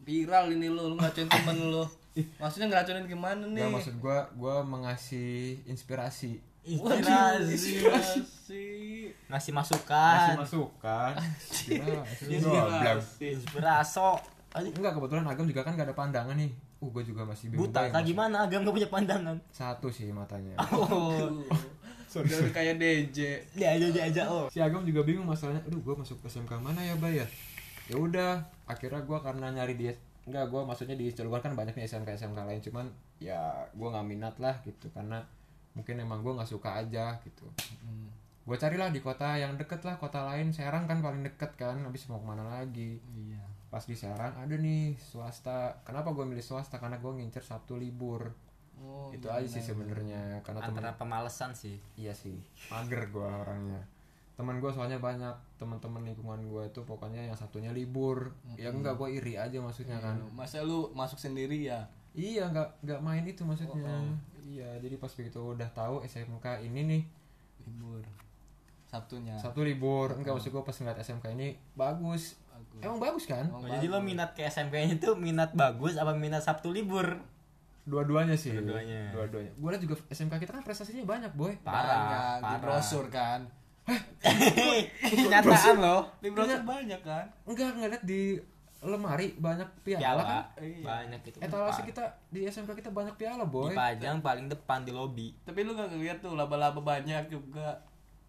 [SPEAKER 2] viral ini lu, lu ngacunin temen lu. Maksudnya ngeracunin gimana nih?
[SPEAKER 3] Gak maksud gue, gue mengasih inspirasi,
[SPEAKER 5] inspirasi
[SPEAKER 2] Inspirasi.
[SPEAKER 5] ngasih
[SPEAKER 3] ngasih
[SPEAKER 5] masukan
[SPEAKER 3] masukan.
[SPEAKER 5] Iya,
[SPEAKER 3] Goblok.
[SPEAKER 2] Inspirasi.
[SPEAKER 5] inspiraso Aduh,
[SPEAKER 3] Iya, Enggak kebetulan Agam juga kan gak ada pandangan nih. Uh, gue juga masih bingung. gua
[SPEAKER 5] buta
[SPEAKER 3] yang
[SPEAKER 5] tak
[SPEAKER 3] masuk.
[SPEAKER 5] gimana agam gak punya pandangan
[SPEAKER 3] Satu sih matanya.
[SPEAKER 5] oh
[SPEAKER 2] Sorry, Udah kayak DJ.
[SPEAKER 5] dia aja dia aja oh
[SPEAKER 3] si Agam juga bingung masalahnya aduh gue masuk SMK mana ya bay ya ya udah akhirnya gue karena nyari dia enggak gue maksudnya di luar kan banyaknya SMK SMK lain cuman ya gue nggak minat lah gitu karena mungkin emang gue nggak suka aja gitu gue carilah di kota yang deket lah kota lain Serang kan paling deket kan habis mau kemana lagi
[SPEAKER 2] Iya.
[SPEAKER 3] pas di Serang ada nih swasta kenapa gue milih swasta karena gue ngincer Sabtu libur
[SPEAKER 2] Oh,
[SPEAKER 3] itu aja sih sebenarnya karena temen-
[SPEAKER 5] antara pemalesan sih
[SPEAKER 3] Iya sih, mager gue orangnya. Teman gue soalnya banyak, teman-teman lingkungan gue itu pokoknya yang satunya libur. Ya enggak gue iri aja maksudnya kan.
[SPEAKER 2] Masa lu masuk sendiri ya?
[SPEAKER 3] Iya, enggak enggak main itu maksudnya. Iya, jadi pas begitu udah tahu SMK ini nih
[SPEAKER 2] Libur. Sabtunya.
[SPEAKER 3] satu libur. Enggak maksud gue pas ngeliat SMK ini bagus.
[SPEAKER 2] Bagus.
[SPEAKER 3] Emang bagus kan?
[SPEAKER 5] Oh, jadi lo minat ke SMP-nya tuh minat bagus apa minat Sabtu libur?
[SPEAKER 3] Dua-duanya sih.
[SPEAKER 5] Dua-duanya.
[SPEAKER 3] Dua-duanya. Gue liat juga SMK kita kan prestasinya banyak, boy.
[SPEAKER 5] Parah,
[SPEAKER 2] Banyak, di brosur kan.
[SPEAKER 5] Kenyataan lo.
[SPEAKER 2] Di brosur banyak kan?
[SPEAKER 3] Enggak ngeliat di lemari banyak piala, kan.
[SPEAKER 5] Piala
[SPEAKER 2] Iya.
[SPEAKER 5] banyak itu.
[SPEAKER 3] Etalase kita di SMK kita banyak piala, boy.
[SPEAKER 5] dipajang paling depan di lobi.
[SPEAKER 2] Tapi lu gak ngeliat tuh laba-laba banyak juga.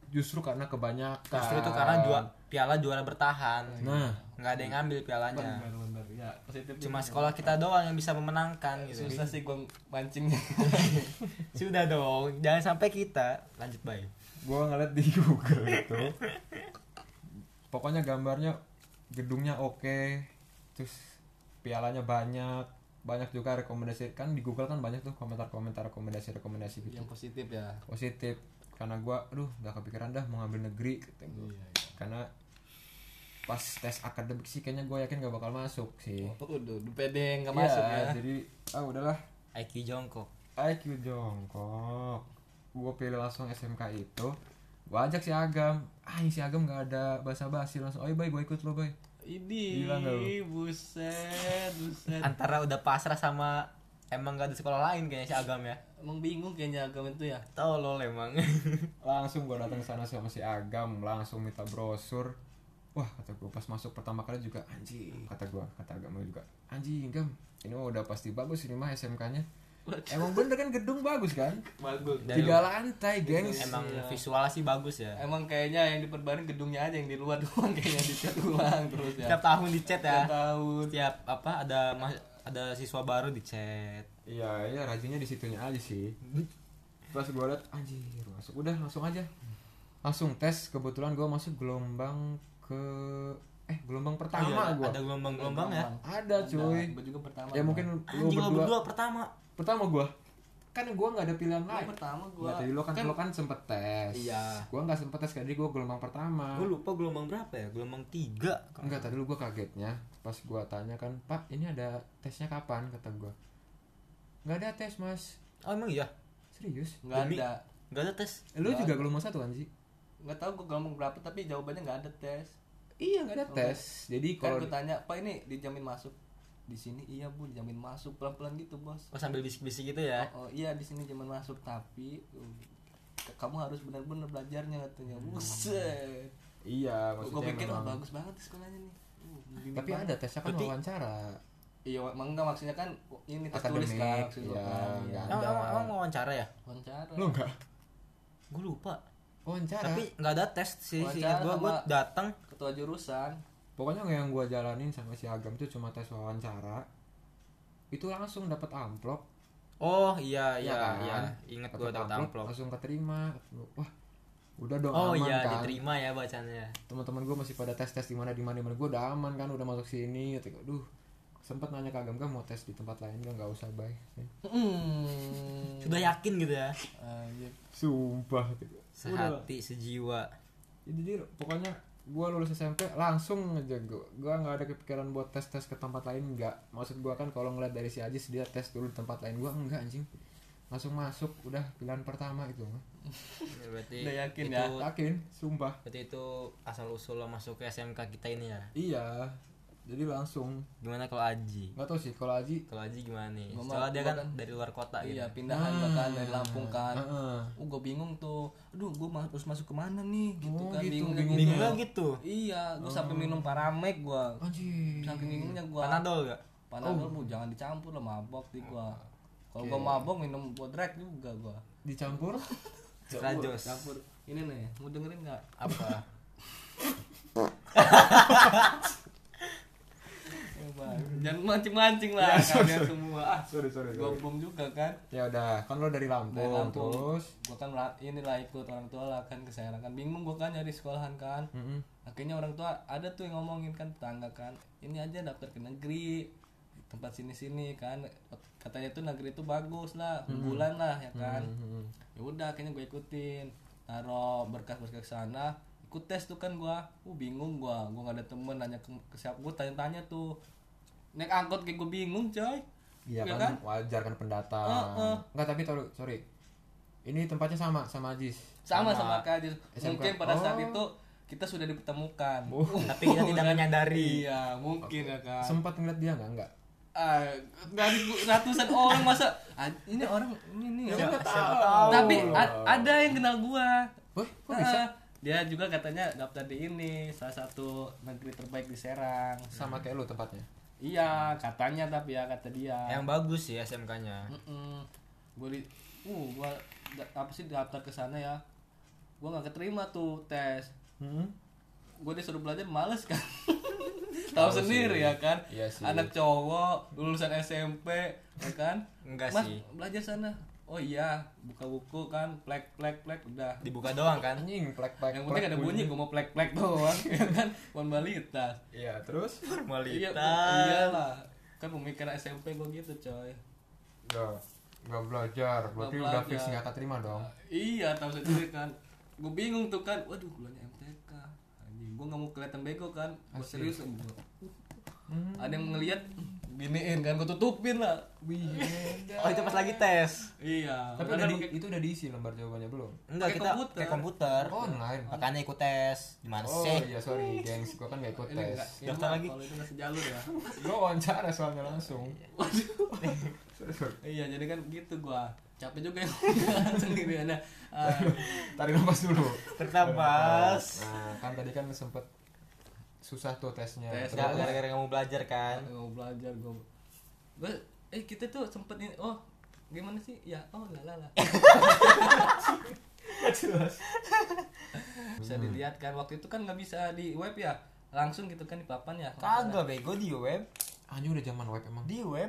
[SPEAKER 3] justru karena kebanyakan
[SPEAKER 5] Justru itu karena jual piala juara bertahan.
[SPEAKER 3] nah
[SPEAKER 5] Nggak ada yang ngambil pialanya.
[SPEAKER 2] Bener-bener ya positif.
[SPEAKER 5] Cuma sekolah kita doang yang bisa memenangkan gitu.
[SPEAKER 2] Susah sih gua mancingnya.
[SPEAKER 5] Sudah dong, jangan sampai kita lanjut baik.
[SPEAKER 3] gue ngeliat di Google itu pokoknya gambarnya gedungnya oke terus pialanya banyak banyak juga rekomendasi kan di Google kan banyak tuh komentar-komentar rekomendasi rekomendasi gitu
[SPEAKER 2] Yang positif ya.
[SPEAKER 3] positif karena gue aduh gak kepikiran dah mau ngambil negeri kata gua. karena pas tes akademik sih kayaknya gue yakin gak bakal masuk sih
[SPEAKER 2] Oh, udah, udah pede nggak
[SPEAKER 3] Iya,
[SPEAKER 2] masuk ya.
[SPEAKER 3] jadi ah udahlah
[SPEAKER 5] IQ jongkok.
[SPEAKER 3] IQ jongkok gue pilih langsung SMK itu gue ajak si Agam ah si Agam nggak ada bahasa basi langsung oi boy gue ikut lo boy
[SPEAKER 2] Ini
[SPEAKER 3] Gila nggak lu?
[SPEAKER 2] buset, buset.
[SPEAKER 5] Antara udah pasrah sama emang gak ada sekolah lain kayaknya si Agam ya.
[SPEAKER 2] Emang bingung kayaknya agama itu ya.
[SPEAKER 5] Tolol emang.
[SPEAKER 3] langsung gue datang ke sana sama si Agam langsung minta brosur wah kata gue pas masuk pertama kali juga anjing kata gue kata Agam juga anjing Gam ini mah udah pasti bagus ini mah SMK-nya emang bener kan gedung bagus kan
[SPEAKER 2] Bagus.
[SPEAKER 5] Dan
[SPEAKER 3] tiga lantai gengs
[SPEAKER 5] emang visual sih bagus ya.
[SPEAKER 2] Emang kayaknya yang diperbarin gedungnya aja yang di luar doang kayaknya dicat ulang terus ya.
[SPEAKER 5] Setiap tahun dicat ya.
[SPEAKER 2] Tiap tahun.
[SPEAKER 5] Setiap apa ada ma- ada siswa baru dicat.
[SPEAKER 3] Iya, iya rajinnya di situnya aja sih. Pas gue liat anjir masuk, udah langsung aja. Langsung tes, kebetulan gue masuk gelombang ke eh gelombang pertama gue.
[SPEAKER 5] Iya, Ada gelombang-gelombang ya.
[SPEAKER 3] Ada, cuy.
[SPEAKER 2] Gua juga pertama.
[SPEAKER 3] Ya mungkin lu
[SPEAKER 5] Anjing lo
[SPEAKER 3] berdua.
[SPEAKER 5] berdua pertama.
[SPEAKER 3] Pertama gue, kan gue nggak ada pilihan
[SPEAKER 2] Gua
[SPEAKER 3] lain.
[SPEAKER 2] pertama gua.
[SPEAKER 3] Nggak, tadi lo kan,
[SPEAKER 2] kan-
[SPEAKER 3] lo kan sempet tes.
[SPEAKER 2] Iya.
[SPEAKER 3] Gue nggak sempet tes, jadi gue gelombang pertama.
[SPEAKER 5] Gue lupa gelombang berapa ya? Gelombang 3.
[SPEAKER 3] Enggak, tadi lu gue kagetnya pas gua tanya kan, Pak ini ada tesnya kapan? Kata gue, nggak ada tes mas,
[SPEAKER 5] Oh emang iya.
[SPEAKER 3] serius.
[SPEAKER 2] Nggak
[SPEAKER 5] Demi.
[SPEAKER 2] ada.
[SPEAKER 5] Gak ada tes.
[SPEAKER 3] Eh, Lu juga gelombang satu kan anji?
[SPEAKER 2] Nggak tahu gua gelombang berapa tapi jawabannya nggak ada tes.
[SPEAKER 3] Iya nggak ada tes. Jadi
[SPEAKER 2] Kan
[SPEAKER 3] kalau
[SPEAKER 2] gua tanya, "Pak ini dijamin masuk?" Di sini iya, Bu, dijamin masuk pelan-pelan gitu, Bos.
[SPEAKER 5] Oh sambil bisik-bisik gitu ya.
[SPEAKER 2] Oh, oh, iya di sini jamin masuk tapi uh, ke- kamu harus benar-benar belajarnya katanya. Buset.
[SPEAKER 3] iya
[SPEAKER 2] Gua
[SPEAKER 3] Hmm. maksudnya
[SPEAKER 2] pikir "Wah,
[SPEAKER 3] memang.
[SPEAKER 2] bagus banget sekolahnya nih. Uh, bimbing
[SPEAKER 3] Tapi
[SPEAKER 2] banget.
[SPEAKER 3] ada tesnya kan
[SPEAKER 5] Berarti-
[SPEAKER 3] wawancara.
[SPEAKER 2] Iya, emang enggak maksudnya kan ini tes tulis
[SPEAKER 3] Akademik,
[SPEAKER 2] kan maksud lu
[SPEAKER 3] iya,
[SPEAKER 2] kan.
[SPEAKER 3] enggak.
[SPEAKER 5] Emang,
[SPEAKER 3] Ada.
[SPEAKER 5] emang, emang wawancara ya?
[SPEAKER 2] Wawancara.
[SPEAKER 3] Lu enggak?
[SPEAKER 5] Gue lupa.
[SPEAKER 3] Wawancara.
[SPEAKER 5] Tapi nggak ada tes sih.
[SPEAKER 2] Wawancara
[SPEAKER 5] Gue gue
[SPEAKER 2] sama-
[SPEAKER 5] datang
[SPEAKER 2] Ketua jurusan.
[SPEAKER 3] Pokoknya yang gua jalanin sama si Agam itu cuma tes wawancara. Itu langsung dapat amplop.
[SPEAKER 5] Oh iya
[SPEAKER 3] Iya
[SPEAKER 5] iya
[SPEAKER 3] kan?
[SPEAKER 5] iya. Ingat gue
[SPEAKER 3] Dapet
[SPEAKER 5] dapat amplop.
[SPEAKER 3] Langsung keterima. Wah, udah dong
[SPEAKER 5] Oh
[SPEAKER 3] aman
[SPEAKER 5] iya
[SPEAKER 3] kan.
[SPEAKER 5] diterima ya bacaannya.
[SPEAKER 3] Teman-teman gua masih pada tes-tes di mana di mana di mana. Gua udah aman kan, udah masuk sini. Kata gua, Aduh, sempat nanya ke Agam "Gam, mau tes di tempat lain gak nggak usah bye
[SPEAKER 2] Hmm.
[SPEAKER 3] Iya.
[SPEAKER 5] Sudah yakin gitu ya.
[SPEAKER 2] Ah, iya.
[SPEAKER 3] sumpah
[SPEAKER 5] Sehati, sejiwa.
[SPEAKER 3] Ya, jadi pokoknya gue lulus SMP langsung aja gue gue nggak ada kepikiran buat tes tes ke tempat lain nggak maksud gue kan kalau ngeliat dari si Ajis dia tes dulu di tempat lain gue enggak anjing langsung masuk udah pilihan pertama itu
[SPEAKER 5] Ya, Berarti
[SPEAKER 2] Udah yakin
[SPEAKER 5] itu,
[SPEAKER 2] ya?
[SPEAKER 3] yakin sumpah
[SPEAKER 5] Berarti itu asal usul lo masuk ke SMK kita ini ya.
[SPEAKER 3] iya jadi langsung
[SPEAKER 5] Gimana kalau Aji?
[SPEAKER 3] nggak tau sih kalau Aji
[SPEAKER 5] Kalau Aji gimana nih?
[SPEAKER 2] Gua mah-
[SPEAKER 5] Soalnya dia
[SPEAKER 2] gua
[SPEAKER 5] kan
[SPEAKER 2] kan-
[SPEAKER 5] dari luar kota gitu.
[SPEAKER 2] Iya pindahan
[SPEAKER 3] Hmm.
[SPEAKER 2] bahkan dari Lampung kan.
[SPEAKER 3] Heeh.
[SPEAKER 2] Oh, gue bingung tuh. Aduh, gue harus masuk kemana nih? Gitu
[SPEAKER 3] Oh,
[SPEAKER 2] kan
[SPEAKER 3] gitu,
[SPEAKER 2] bingung,
[SPEAKER 3] bingung. Hmm.
[SPEAKER 5] Bingung
[SPEAKER 2] gitu.
[SPEAKER 5] lah gitu.
[SPEAKER 2] Iya, gue sampai minum paramek gue.
[SPEAKER 3] Oh, anjing
[SPEAKER 2] Saking bingungnya gue.
[SPEAKER 5] Panadol gak?
[SPEAKER 2] Panadol bu, jangan dicampur lah mabok di gue. Kalau gue mabok minum gue drag juga gue.
[SPEAKER 3] dicampur
[SPEAKER 5] Rajos.
[SPEAKER 2] Campur. Ini nih, mau dengerin nggak?
[SPEAKER 5] Apa?
[SPEAKER 2] Ya, Bang. Jangan mancing-mancing lah kalian semua. Ya, Ah,
[SPEAKER 3] sorry sorry,
[SPEAKER 2] gue belum juga kan.
[SPEAKER 3] ya udah kan lo dari Lampung,
[SPEAKER 2] Dari Lampung.
[SPEAKER 3] terus
[SPEAKER 2] Gue kan mela- inilah ikut orang tua lah kan kesayangan kan. Bingung gue kan nyari sekolahan kan.
[SPEAKER 3] Mm-mm.
[SPEAKER 2] akhirnya orang tua ada tuh yang ngomongin kan tetangga kan ini aja daftar ke negeri tempat sini sini kan katanya tuh negeri itu bagus lah
[SPEAKER 5] Hmm.
[SPEAKER 2] unggulan lah ya kan ya udah akhirnya gue ikutin taruh berkas berkas ke sana ikut tes tuh kan gua uh bingung gua gua gak ada temen nanya ke, ke siapa gua tanya tanya tuh naik angkot kayak gua bingung coy
[SPEAKER 3] Iya
[SPEAKER 2] Ya
[SPEAKER 3] kan, wajar kan pendatang.
[SPEAKER 2] Heeh.
[SPEAKER 3] Enggak tapi tahu sorry. Ini tempatnya sama sama Ajis.
[SPEAKER 2] sama sama, Kak Ajil.
[SPEAKER 3] SMK.
[SPEAKER 2] mungkin pada saat
[SPEAKER 3] Oh.
[SPEAKER 2] itu kita sudah dipertemukan Kan?
[SPEAKER 5] Tapi kita tidak menyadari.
[SPEAKER 2] iya mungkin ya kan
[SPEAKER 3] Sempat ngeliat dia enggak? Enggak.
[SPEAKER 2] Ah, dari ratusan orang masa ah, ini orang ini nih
[SPEAKER 3] Ya,
[SPEAKER 2] orang. tapi a- ada yang kenal gua
[SPEAKER 3] Wah, kok
[SPEAKER 2] Ah,
[SPEAKER 3] bisa?
[SPEAKER 2] dia juga katanya daftar di ini salah satu negeri terbaik di Serang
[SPEAKER 3] Sama kayak lu tempatnya.
[SPEAKER 2] iya katanya tapi ya kata dia
[SPEAKER 5] Yang bagus sih SMK-nya.
[SPEAKER 2] Mm-mm. Gua di uh gua da- apa sih daftar ke sana ya gua nggak keterima tuh tes
[SPEAKER 3] Hmm?
[SPEAKER 2] gue disuruh belajar males kan tahu sendiri ya kan
[SPEAKER 3] Iya sih.
[SPEAKER 2] anak cowok lulusan SMP ya kan
[SPEAKER 5] Enggak
[SPEAKER 2] Mas,
[SPEAKER 5] sih.
[SPEAKER 2] belajar sana oh iya buka buku kan plek plek plek udah
[SPEAKER 5] Dibuka doang kan?
[SPEAKER 3] Anjing, plek-plek.
[SPEAKER 2] yang penting ada bunyi gue mau plek plek doang ya kan Wan balita
[SPEAKER 3] Iya, terus?
[SPEAKER 2] iya
[SPEAKER 5] Formalitas.
[SPEAKER 2] iyalah kan pemikiran SMP gue gitu coy
[SPEAKER 3] Enggak. Enggak belajar. Berarti
[SPEAKER 2] Nggak
[SPEAKER 3] udah
[SPEAKER 2] belajar.
[SPEAKER 3] fix enggak keterima dong.
[SPEAKER 2] iya tahu sendiri kan gue bingung tuh kan waduh guanya MTK anjing gue nggak mau kelihatan bego kan gue serius gua. ada yang ngelihat Hmm. giniin kan gue tutupin lah
[SPEAKER 5] Oh itu pas lagi tes.
[SPEAKER 2] iya
[SPEAKER 3] Tapi udah
[SPEAKER 2] Padahal
[SPEAKER 3] di-
[SPEAKER 2] pakai-
[SPEAKER 3] itu udah diisi lembar jawabannya belum?
[SPEAKER 5] Enggak
[SPEAKER 2] Pakai
[SPEAKER 5] kita
[SPEAKER 2] komputer. Oh, nah.
[SPEAKER 5] pakai komputer.
[SPEAKER 3] Online.
[SPEAKER 5] Makanya ikut tes. Gimana
[SPEAKER 3] Oh
[SPEAKER 5] sih?
[SPEAKER 3] iya sorry gengs, gua kan gak ikut
[SPEAKER 2] ini ya.
[SPEAKER 3] tes
[SPEAKER 2] enggak ini
[SPEAKER 5] Daftar
[SPEAKER 2] mah
[SPEAKER 5] lagi.
[SPEAKER 2] kalau itu nggak sejalur ya
[SPEAKER 3] Gua wawancara soalnya langsung
[SPEAKER 2] iya jadi kan gitu gue capek juga yang sendirian ya
[SPEAKER 3] Tarik nafas dulu
[SPEAKER 5] Tarik nafas.
[SPEAKER 3] Nah kan tadi kan sempet susah tuh tesnya
[SPEAKER 2] Tes,
[SPEAKER 3] Terus-
[SPEAKER 5] Gara- Gara-gara kamu belajar kan.
[SPEAKER 2] mau belajar gue gue eh kita tuh sempet ini oh gimana sih ya oh lah lah
[SPEAKER 5] Hmm.
[SPEAKER 2] bisa dilihat kan waktu itu kan nggak bisa di web ya langsung gitu kan di papan ya
[SPEAKER 5] Kagak bego di web.
[SPEAKER 3] Anjing udah zaman web emang.
[SPEAKER 5] Di web.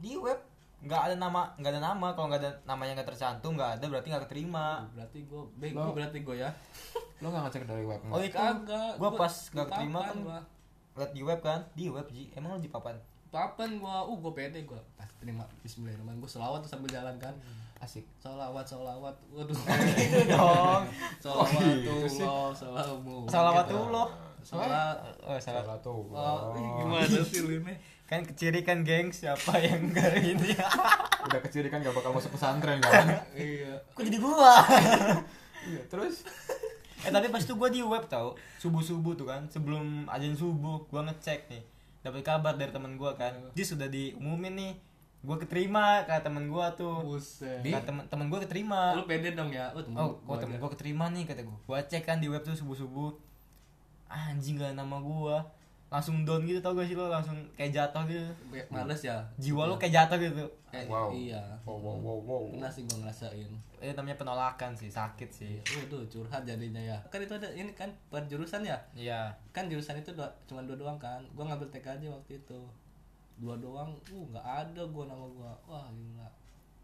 [SPEAKER 5] Di web nggak ada nama nggak ada nama kalau nggak ada namanya nggak tercantum nggak ada berarti nggak keterima
[SPEAKER 2] berarti gue bego berarti gue ya
[SPEAKER 3] Lo gak ngecek dari web?
[SPEAKER 5] oh
[SPEAKER 3] nggak?
[SPEAKER 5] itu
[SPEAKER 2] kagak
[SPEAKER 5] gua
[SPEAKER 2] gua
[SPEAKER 5] pas
[SPEAKER 2] di
[SPEAKER 5] nggak keterima
[SPEAKER 2] papan
[SPEAKER 5] kan
[SPEAKER 2] gua.
[SPEAKER 5] liat di web kan di web ji emang lo di papan
[SPEAKER 2] papan gue uh gue pede gue pas terima Bismillahirrahmanirrahim gue selawat tuh sambil jalan kan
[SPEAKER 5] Hmm.
[SPEAKER 3] Asik.
[SPEAKER 2] Salawat, salawat, waduh. Itu dong.
[SPEAKER 5] Oh, gitu
[SPEAKER 2] Salawatullah, salamu.
[SPEAKER 5] salawatullah
[SPEAKER 2] gitu. Salat.
[SPEAKER 5] oh salah
[SPEAKER 3] Salah tuh.
[SPEAKER 2] Oh, ih, gimana sih lu ini?
[SPEAKER 5] kan kecirikan geng siapa yang enggak ini
[SPEAKER 3] Udah kecil kan gak bakal masuk pesantren kan? Iya,
[SPEAKER 2] Iya.
[SPEAKER 5] kok jadi gua
[SPEAKER 3] Terus?
[SPEAKER 5] eh tapi pas itu gua di web tau subuh subuh tuh kan sebelum azan subuh gua ngecek nih dapat kabar dari temen gua kan dia sudah diumumin nih gua keterima kata temen gua tuh
[SPEAKER 2] Buset.
[SPEAKER 5] kata temen temen gua keterima
[SPEAKER 2] Lu pede dong ya. Oh, temen
[SPEAKER 5] oh
[SPEAKER 2] gua
[SPEAKER 5] kok temen
[SPEAKER 2] ada.
[SPEAKER 5] gua keterima nih kata gua gua cek kan di web tuh subuh subuh anjing gak ada nama gua langsung down gitu tau gak sih lo langsung kayak jatuh gitu
[SPEAKER 2] Kayak males ya.
[SPEAKER 5] jiwa lo kayak jatuh gitu
[SPEAKER 2] Kayak-
[SPEAKER 3] Wow.
[SPEAKER 2] Iya.
[SPEAKER 3] Wow wow wow wow.
[SPEAKER 2] Pernah sih gua ngerasain.
[SPEAKER 5] itu Iya, namanya penolakan sih sakit sih
[SPEAKER 2] Waduh, curhat jadinya ya. Kan itu ada ini kan per jurusan ya.
[SPEAKER 5] iya
[SPEAKER 2] Kan jurusan itu dua, cuma dua doang kan. Gua ngambil TKJ waktu itu. Dua doang. Uh, nggak ada gua nama gua. Wah, gila.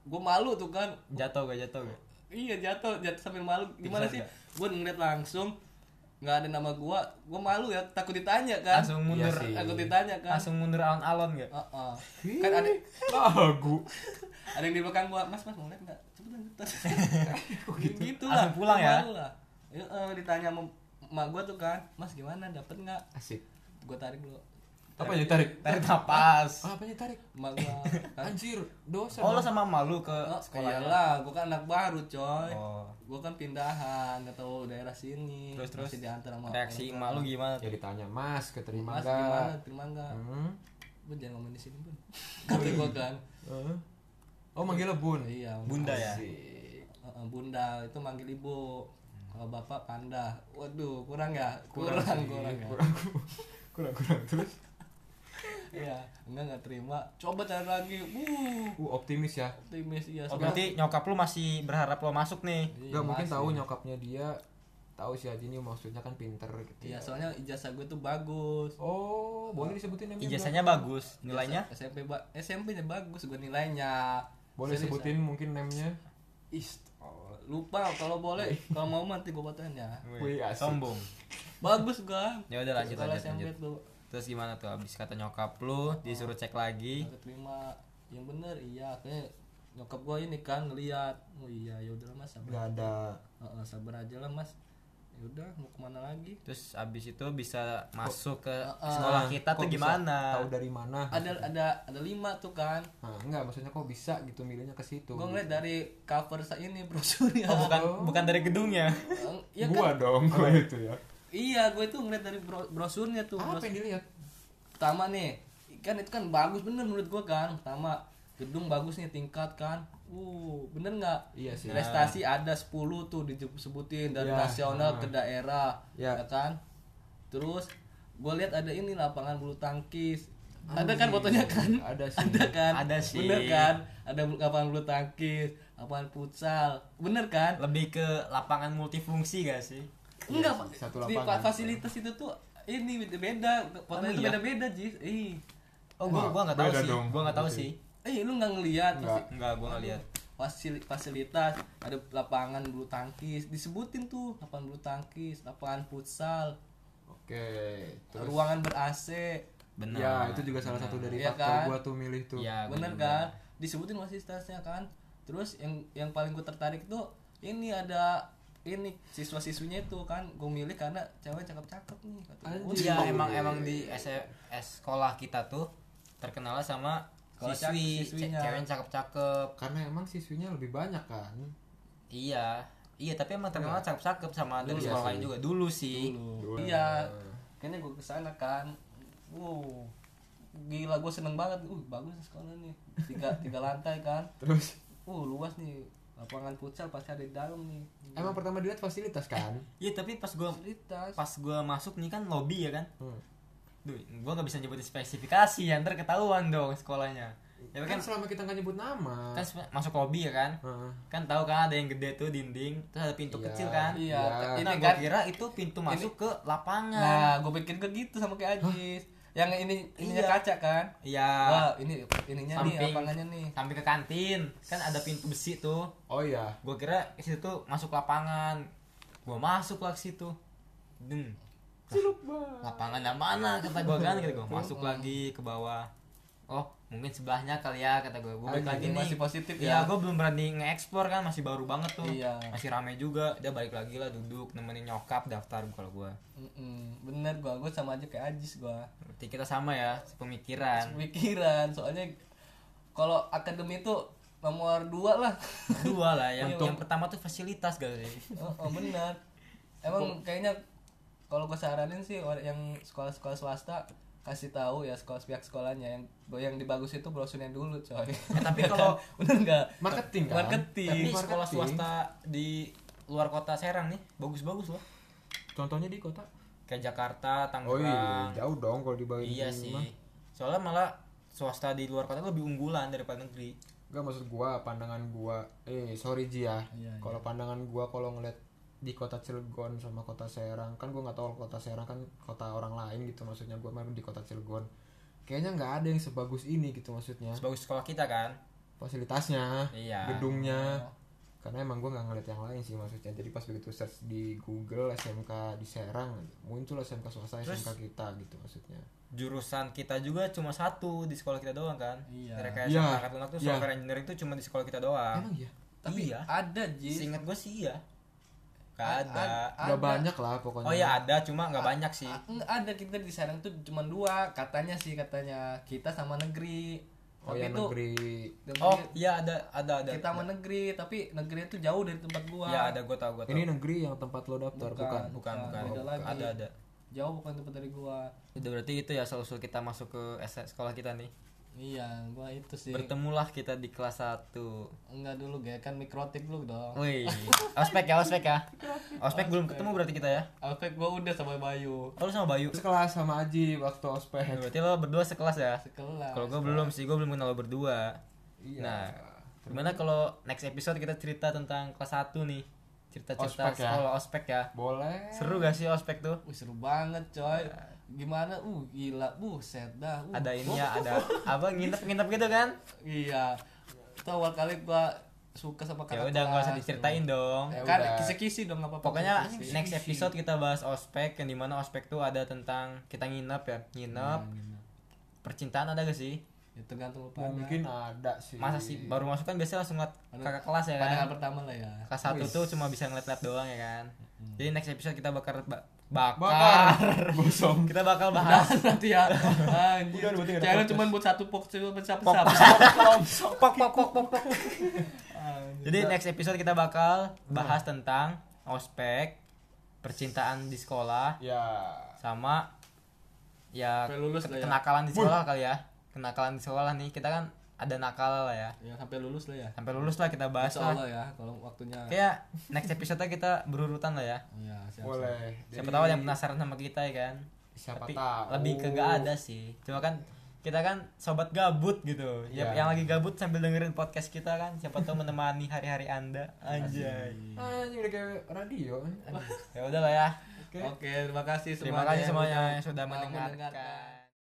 [SPEAKER 2] Gua malu tuh kan.
[SPEAKER 5] jatuh gak jatuh gak
[SPEAKER 2] Iya jatuh, jatuh sambil malu. Gimana sih? Gue ngeliat langsung nggak ada nama gua gua malu ya takut ditanya kan
[SPEAKER 5] langsung mundur
[SPEAKER 3] Iya sih.
[SPEAKER 2] takut ditanya kan
[SPEAKER 5] langsung mundur alon-alon gak
[SPEAKER 2] Heeh. kan ada
[SPEAKER 3] Lagu.
[SPEAKER 2] ada yang di belakang gua mas mas mau lihat nggak cepetan cepetan gitu lah
[SPEAKER 5] Langsung pulang ya?
[SPEAKER 2] malu lah. Ya, eh, ditanya sama emak gua tuh kan mas gimana dapet nggak
[SPEAKER 3] Asik.
[SPEAKER 2] gua tarik dulu
[SPEAKER 3] Apa yang ditarik?
[SPEAKER 5] tarik napas
[SPEAKER 3] Apa yang ditarik?
[SPEAKER 2] emak gua kan,
[SPEAKER 3] Anjir, dosa.
[SPEAKER 5] oh lo sama malu ke
[SPEAKER 2] "Eh,
[SPEAKER 5] sekolah ya?
[SPEAKER 2] sekolah lah gua kan anak baru coy
[SPEAKER 1] Oh.
[SPEAKER 2] gua kan pindahan nggak tahu daerah sini
[SPEAKER 5] Terus, terus.
[SPEAKER 2] masih diantar sama
[SPEAKER 5] reaksi
[SPEAKER 2] orang tua.
[SPEAKER 5] malu gimana
[SPEAKER 3] Ya
[SPEAKER 5] tuh
[SPEAKER 3] ditanya, Mas, keterima
[SPEAKER 2] mas gimana
[SPEAKER 3] enggak?
[SPEAKER 2] terima nggak
[SPEAKER 3] Hmm.
[SPEAKER 2] bun jangan ngomong di sini bun kata gua kan
[SPEAKER 3] Eh. Oh, manggilnya Bun.
[SPEAKER 2] iya
[SPEAKER 5] bunda ya
[SPEAKER 3] Asik.
[SPEAKER 2] Heeh, bunda itu manggil ibu kalau bapak panda waduh kurang ya kurang
[SPEAKER 3] Kurang
[SPEAKER 2] kurang,
[SPEAKER 3] sih,
[SPEAKER 2] ya.
[SPEAKER 3] kurang. Kurang kurang terus.
[SPEAKER 2] iya enggak enggak terima coba cari lagi uh
[SPEAKER 3] Uh, optimis ya.
[SPEAKER 2] optimis iya
[SPEAKER 5] oh,
[SPEAKER 2] soalnya-
[SPEAKER 5] berarti nyokap lu masih berharap lo masuk nih
[SPEAKER 2] Iya,
[SPEAKER 3] Enggak mungkin
[SPEAKER 2] masih.
[SPEAKER 3] tahu nyokapnya dia tahu si Haji ini maksudnya kan pinter gitu. ya.
[SPEAKER 2] iya soalnya ijazah gue tuh bagus
[SPEAKER 3] Oh, boleh disebutin namanya?
[SPEAKER 5] ijazahnya bagus nilainya
[SPEAKER 2] SMP ba SMP nya bagus gue nilainya
[SPEAKER 3] Boleh
[SPEAKER 2] Serius,
[SPEAKER 3] sebutin mungkin namanya?
[SPEAKER 2] ah. Ih, oh, lupa kalau boleh kalau mau mati gue patahin ya
[SPEAKER 3] Wih, asik.
[SPEAKER 5] sombong
[SPEAKER 2] bagus gua
[SPEAKER 5] ya udah lanjut
[SPEAKER 2] Sekolah
[SPEAKER 5] lanjut
[SPEAKER 2] SMP
[SPEAKER 5] lanjut
[SPEAKER 2] tuh
[SPEAKER 5] terus gimana tuh abis kata nyokap lu disuruh cek lagi
[SPEAKER 2] Nggak terima yang bener iya kayak nyokap gue ini kan ngeliat oh iya yaudah lah mas
[SPEAKER 3] Enggak
[SPEAKER 2] sabar
[SPEAKER 3] ada.
[SPEAKER 2] Heeh, sabar aja lah mas yaudah mau kemana lagi
[SPEAKER 5] terus abis itu bisa masuk ke
[SPEAKER 2] Heeh.
[SPEAKER 5] sekolah kita
[SPEAKER 3] Eh, Nah, Kok
[SPEAKER 5] tuh
[SPEAKER 3] bisa
[SPEAKER 5] gimana
[SPEAKER 3] Tahu dari mana?
[SPEAKER 2] ada ada ada lima tuh kan
[SPEAKER 3] Nah, enggak maksudnya kok bisa gitu milihnya ke situ.
[SPEAKER 2] gue ngeliat dari cover sa- ini brosurnya
[SPEAKER 5] oh bukan bukan dari gedungnya
[SPEAKER 2] Eng- iya kan
[SPEAKER 3] gua dong, gua itu ya.
[SPEAKER 2] iya gue itu ngeliat dari bro- brosurnya tuh
[SPEAKER 3] Apa
[SPEAKER 2] Bros-
[SPEAKER 3] yang dilihat?
[SPEAKER 2] pertama nih kan itu kan bagus bener menurut gue kan pertama gedung bagus nih tingkat kan uh bener nggak
[SPEAKER 3] Iya sih.
[SPEAKER 2] prestasi ada 10 tuh disebutin dari
[SPEAKER 3] Ya,
[SPEAKER 2] nasional ke daerah
[SPEAKER 3] Ya.
[SPEAKER 2] ya kan terus gue lihat ada ini lapangan bulu tangkis ada kan fotonya kan
[SPEAKER 3] Oh, iya. Ada sih.
[SPEAKER 2] ada kan
[SPEAKER 5] Ada sih.
[SPEAKER 2] bener kan ada bulu- lapangan bulu tangkis lapangan futsal bener kan
[SPEAKER 5] lebih ke lapangan multifungsi gak sih
[SPEAKER 2] enggak
[SPEAKER 3] Iya sih, satu
[SPEAKER 2] di
[SPEAKER 3] lapangan. Kan
[SPEAKER 2] fa- fasilitas itu tuh ini beda fotonya
[SPEAKER 5] Emang
[SPEAKER 2] tuh
[SPEAKER 5] iya?
[SPEAKER 2] beda beda jis ih
[SPEAKER 5] oh gua gua nggak tahu
[SPEAKER 3] Beda
[SPEAKER 5] sih
[SPEAKER 3] dong.
[SPEAKER 5] gua nggak tahu
[SPEAKER 3] Oke.
[SPEAKER 5] sih
[SPEAKER 2] Eh, lu nggak ngeliat
[SPEAKER 3] Nggak.
[SPEAKER 5] nggak gua nggak lihat
[SPEAKER 2] fasili- fasilitas ada lapangan bulu tangkis disebutin tuh lapangan bulu tangkis lapangan futsal
[SPEAKER 3] Oke. Terus
[SPEAKER 2] ruangan ber AC
[SPEAKER 5] benar
[SPEAKER 3] ya, itu juga salah satu dari
[SPEAKER 2] Iya
[SPEAKER 3] faktor
[SPEAKER 2] kan?
[SPEAKER 3] gua tuh milih tuh.
[SPEAKER 5] ya gua
[SPEAKER 2] bener
[SPEAKER 5] juga.
[SPEAKER 2] kan disebutin fasilitasnya kan terus yang yang paling gue tertarik tuh ini ada ini siswa siswinya itu kan gue milih karena cewek cakep cakep nih kata gua.
[SPEAKER 3] Anjir.
[SPEAKER 5] Iya emang emang di S- E, S- sekolah kita tuh terkenal sama
[SPEAKER 2] Sekolah cakep-
[SPEAKER 5] siswi,
[SPEAKER 2] siswinya.
[SPEAKER 5] ce- cewek cakep-cakep.
[SPEAKER 3] Karena emang siswinya lebih banyak kan.
[SPEAKER 5] Iya. Iya, tapi emang terkenal cakep-cakep sama dari
[SPEAKER 3] Dulu
[SPEAKER 5] sekolah
[SPEAKER 3] sih.
[SPEAKER 5] lain juga dulu sih.
[SPEAKER 2] Dulu. iya kayaknya gue kesana kan wow gila gue seneng banget uh bagus nih sekolah nih tiga tiga lantai kan
[SPEAKER 3] Terus
[SPEAKER 2] uh luas nih lapangan futsal pasti ada di dalam nih
[SPEAKER 3] emang pertama dilihat fasilitas kan?
[SPEAKER 5] Iya, tapi pas gua
[SPEAKER 2] fasilitas
[SPEAKER 5] pas gua masuk nih kan lobby ya kan.
[SPEAKER 3] Hmm.
[SPEAKER 5] Duh, gua nggak bisa nyebutin spesifikasi ya, ntar ketahuan dong sekolahnya. Ya
[SPEAKER 3] Kan
[SPEAKER 5] kan
[SPEAKER 3] selama kita nggak nyebut nama.
[SPEAKER 5] kan sep- masuk lobby ya kan.
[SPEAKER 3] Heeh.
[SPEAKER 5] Kan tahu kan ada yang gede tuh dinding, terus ada pintu
[SPEAKER 3] Iya.
[SPEAKER 5] kecil kan.
[SPEAKER 2] iya
[SPEAKER 3] Nah,
[SPEAKER 2] ini
[SPEAKER 5] Nah, gua
[SPEAKER 2] kan
[SPEAKER 5] kira itu pintu masuk ke lapangan.
[SPEAKER 2] nah gue pikir gue gitu sama kayak Ajis yang ini ininya
[SPEAKER 5] Iya.
[SPEAKER 2] kaca kan
[SPEAKER 5] Iya.
[SPEAKER 2] wah ini ininya nih
[SPEAKER 5] Samping.
[SPEAKER 2] lapangannya nih
[SPEAKER 5] sampai ke kantin kan ada pintu besi tuh
[SPEAKER 3] Oh iya.
[SPEAKER 5] gue kira ke situ tuh masuk lapangan gue masuk lah ke situ deng Lah, lapangan yang mana kata gue kan kata gue masuk lagi ke bawah oh mungkin sebelahnya kali ya kata gue gue balik lagi
[SPEAKER 2] Anjing,
[SPEAKER 5] nih
[SPEAKER 2] Ah, masih positif
[SPEAKER 5] Iya,
[SPEAKER 2] ya.
[SPEAKER 5] gue belum berani nge-explore kan masih baru banget tuh
[SPEAKER 2] Iya.
[SPEAKER 5] masih rame juga dia balik lagi lah duduk nemenin nyokap daftar kalau gue
[SPEAKER 2] Mm-mm. bener gue gue sama aja kayak Ajis gue
[SPEAKER 5] berarti kita sama ya pemikiran
[SPEAKER 2] pikiran soalnya kalau akademi itu nomor dua lah
[SPEAKER 5] dua lah yang, yang pertama tuh fasilitas gak sih
[SPEAKER 2] oh, oh, benar emang kayaknya kalau gue saranin sih orang- yang sekolah-sekolah swasta kasih tahu ya sekolah pihak sekolahnya yang yang dibagus itu brosurnya dulu coy
[SPEAKER 5] Eh, tapi
[SPEAKER 2] Ya kan?
[SPEAKER 5] kalau-
[SPEAKER 2] bener nggak
[SPEAKER 3] Marketing kan?
[SPEAKER 2] marketing
[SPEAKER 5] Tapi
[SPEAKER 3] Marketing.
[SPEAKER 5] sekolah swasta di luar kota Serang nih bagus-bagus loh.
[SPEAKER 3] Contohnya di kota.
[SPEAKER 5] Kayak Jakarta,
[SPEAKER 3] Oh
[SPEAKER 5] Tangerang.
[SPEAKER 3] iya, jauh dong kalau dibagi.
[SPEAKER 5] iya sih. Soalnya malah swasta di luar kota lebih unggulan daripada negeri.
[SPEAKER 3] Gak maksud gua pandangan gua eh sorry Ji ya.
[SPEAKER 2] Iya, iya.
[SPEAKER 3] kalau pandangan gua kalau ngeliat di kota Cilegon sama kota Serang kan gua nggak tahu kota Serang kan kota orang lain gitu maksudnya gua main di kota Cilegon kayaknya nggak ada yang sebagus ini gitu maksudnya
[SPEAKER 5] Sebagus sekolah kita kan.
[SPEAKER 3] fasilitasnya
[SPEAKER 5] Iya.
[SPEAKER 3] gedungnya karena emang gue nggak ngeliat yang lain sih maksudnya jadi pas begitu search di Google SMK di Serang muncul SMK swasta
[SPEAKER 5] Terus-
[SPEAKER 3] SMK kita gitu maksudnya
[SPEAKER 5] jurusan kita juga cuma satu di sekolah kita doang kan
[SPEAKER 2] Iya.
[SPEAKER 5] Dari kayak
[SPEAKER 3] Iya.
[SPEAKER 5] sama angkatan lunak tuh
[SPEAKER 3] Iya.
[SPEAKER 5] software engineering tuh cuma di sekolah kita doang
[SPEAKER 3] emang iya
[SPEAKER 2] Tapi
[SPEAKER 5] iya
[SPEAKER 2] ada Jis.
[SPEAKER 5] seingat gue sih iya gak
[SPEAKER 2] A-
[SPEAKER 5] ada
[SPEAKER 2] a-
[SPEAKER 3] udah banyak lah pokoknya
[SPEAKER 5] oh iya ada cuma nggak banyak sih
[SPEAKER 2] Ah, nggak ada kita di Serang tuh cuma dua katanya sih katanya kita sama negeri.
[SPEAKER 3] oh
[SPEAKER 2] Tapi
[SPEAKER 3] ya
[SPEAKER 2] itu-
[SPEAKER 3] negeri
[SPEAKER 2] tapi
[SPEAKER 5] iya. oh iya ada ada ada
[SPEAKER 2] kita sama negeri tapi negeri itu jauh dari tempat gua. Nah,
[SPEAKER 5] ya ada gue tau gue tau
[SPEAKER 3] ini negeri yang tempat lo daftar bukan,
[SPEAKER 5] bukan bukan
[SPEAKER 2] Beda lagi.
[SPEAKER 5] ada ada
[SPEAKER 2] Jauh bukan tempat dari gua.
[SPEAKER 5] udah berarti itu ya solusi kita masuk ke S- sekolah kita nih
[SPEAKER 2] Iya, gua itu sih.
[SPEAKER 5] bertemulah kita di kelas 1
[SPEAKER 2] Enggak dulu gue kan mikrotik dulu dong.
[SPEAKER 5] Wih, ospek ya, ospek ya. Ospek belum ketemu berarti kita ya.
[SPEAKER 2] Alfred gua udah sama Bayu.
[SPEAKER 5] Oh, lu sama Bayu.
[SPEAKER 3] sekelas sama Aji waktu ospek
[SPEAKER 5] Berarti lo berdua sekelas ya.
[SPEAKER 2] Sekelas.
[SPEAKER 5] Kalau gue belum sih, gue belum kenal lo berdua.
[SPEAKER 3] Iya.
[SPEAKER 5] Nah, gimana kalau next episode kita cerita tentang kelas 1 nih? Cerita-cerita
[SPEAKER 3] Ospek ya.
[SPEAKER 5] sekolah ospek ya.
[SPEAKER 3] boleh
[SPEAKER 5] Seru gak sih ospek tuh?
[SPEAKER 2] Wih, seru banget coy. Gimana? Uh gila, buset dah. Uh,
[SPEAKER 5] Iya. Ada ini ya, ada apa nginep-nginep gitu kan?
[SPEAKER 2] Iya. Itu awal kali gua suka sama
[SPEAKER 5] Ya
[SPEAKER 2] kakak.
[SPEAKER 5] udah nggak usah
[SPEAKER 2] kelas.
[SPEAKER 5] diceritain dong.
[SPEAKER 2] Ya
[SPEAKER 3] Ya
[SPEAKER 2] kan
[SPEAKER 3] udah.
[SPEAKER 2] kisi-kisi dong nggak apa-apa.
[SPEAKER 5] Pokoknya
[SPEAKER 2] kisi-kisi.
[SPEAKER 5] next episode kita bahas ospek yang dimana ospek tuh ada tentang kita nginep ya, nginep.
[SPEAKER 2] Hmm.
[SPEAKER 5] Percintaan ada gak sih?
[SPEAKER 2] Iya, ya, tergantung lu pada.
[SPEAKER 3] mungkin ada sih
[SPEAKER 5] masa sih baru masuk kan biasanya langsung ngeliat
[SPEAKER 2] Aduh.
[SPEAKER 5] kakak kelas ya kan
[SPEAKER 2] pandangan pertama lah ya.
[SPEAKER 5] kelas satu tuh cuma bisa ngeliat-ngeliat doang ya kan jadi next episode kita bakar ba- bakar,
[SPEAKER 3] bakar bosong
[SPEAKER 5] kita bakal
[SPEAKER 2] Nah,
[SPEAKER 5] bahas
[SPEAKER 2] nanti ya. Anjir.
[SPEAKER 3] Udah, berarti nggak ada
[SPEAKER 2] Jangan
[SPEAKER 3] podcast.
[SPEAKER 2] cuma buat satu pok cuma buat siapa-siapa.
[SPEAKER 5] pok pok pok pok pok jadi next episode kita bakal bahas tentang ospek percintaan di sekolah
[SPEAKER 3] ya
[SPEAKER 5] sama ya
[SPEAKER 2] Sampai lulus
[SPEAKER 5] ke-
[SPEAKER 2] lah ya.
[SPEAKER 5] kenakalan di sekolah kali ya kenakalan di sekolah nih kita kan ada nakal lah ya
[SPEAKER 2] Ya sampai lulus lah ya.
[SPEAKER 5] sampai lulus lah kita bahas
[SPEAKER 2] Insya
[SPEAKER 5] lah Iya.
[SPEAKER 2] Allah ya kalau waktunya.
[SPEAKER 5] kayak next episode kita berurutan lah ya
[SPEAKER 2] Iya, siap.
[SPEAKER 3] boleh
[SPEAKER 5] Siapa
[SPEAKER 3] Jadi,
[SPEAKER 5] tahu ada yang penasaran sama kita ya kan.
[SPEAKER 3] siapa
[SPEAKER 5] Tapi
[SPEAKER 3] tahu
[SPEAKER 5] lebih ke gak ada sih. Cuma kan kita kan sobat gabut gitu. Ya,
[SPEAKER 3] Iya.
[SPEAKER 5] Yang lagi gabut sambil dengerin podcast kita kan siapa tahu menemani hari-hari Anda. Anjay.
[SPEAKER 3] anjing udah Eh, kayak radio
[SPEAKER 5] Ya udah lah ya.
[SPEAKER 2] Oke, terima kasih semuanya.
[SPEAKER 5] Terima kasih
[SPEAKER 2] yang
[SPEAKER 5] semuanya
[SPEAKER 2] udah
[SPEAKER 5] yang sudah
[SPEAKER 2] mau
[SPEAKER 5] mendengarkan.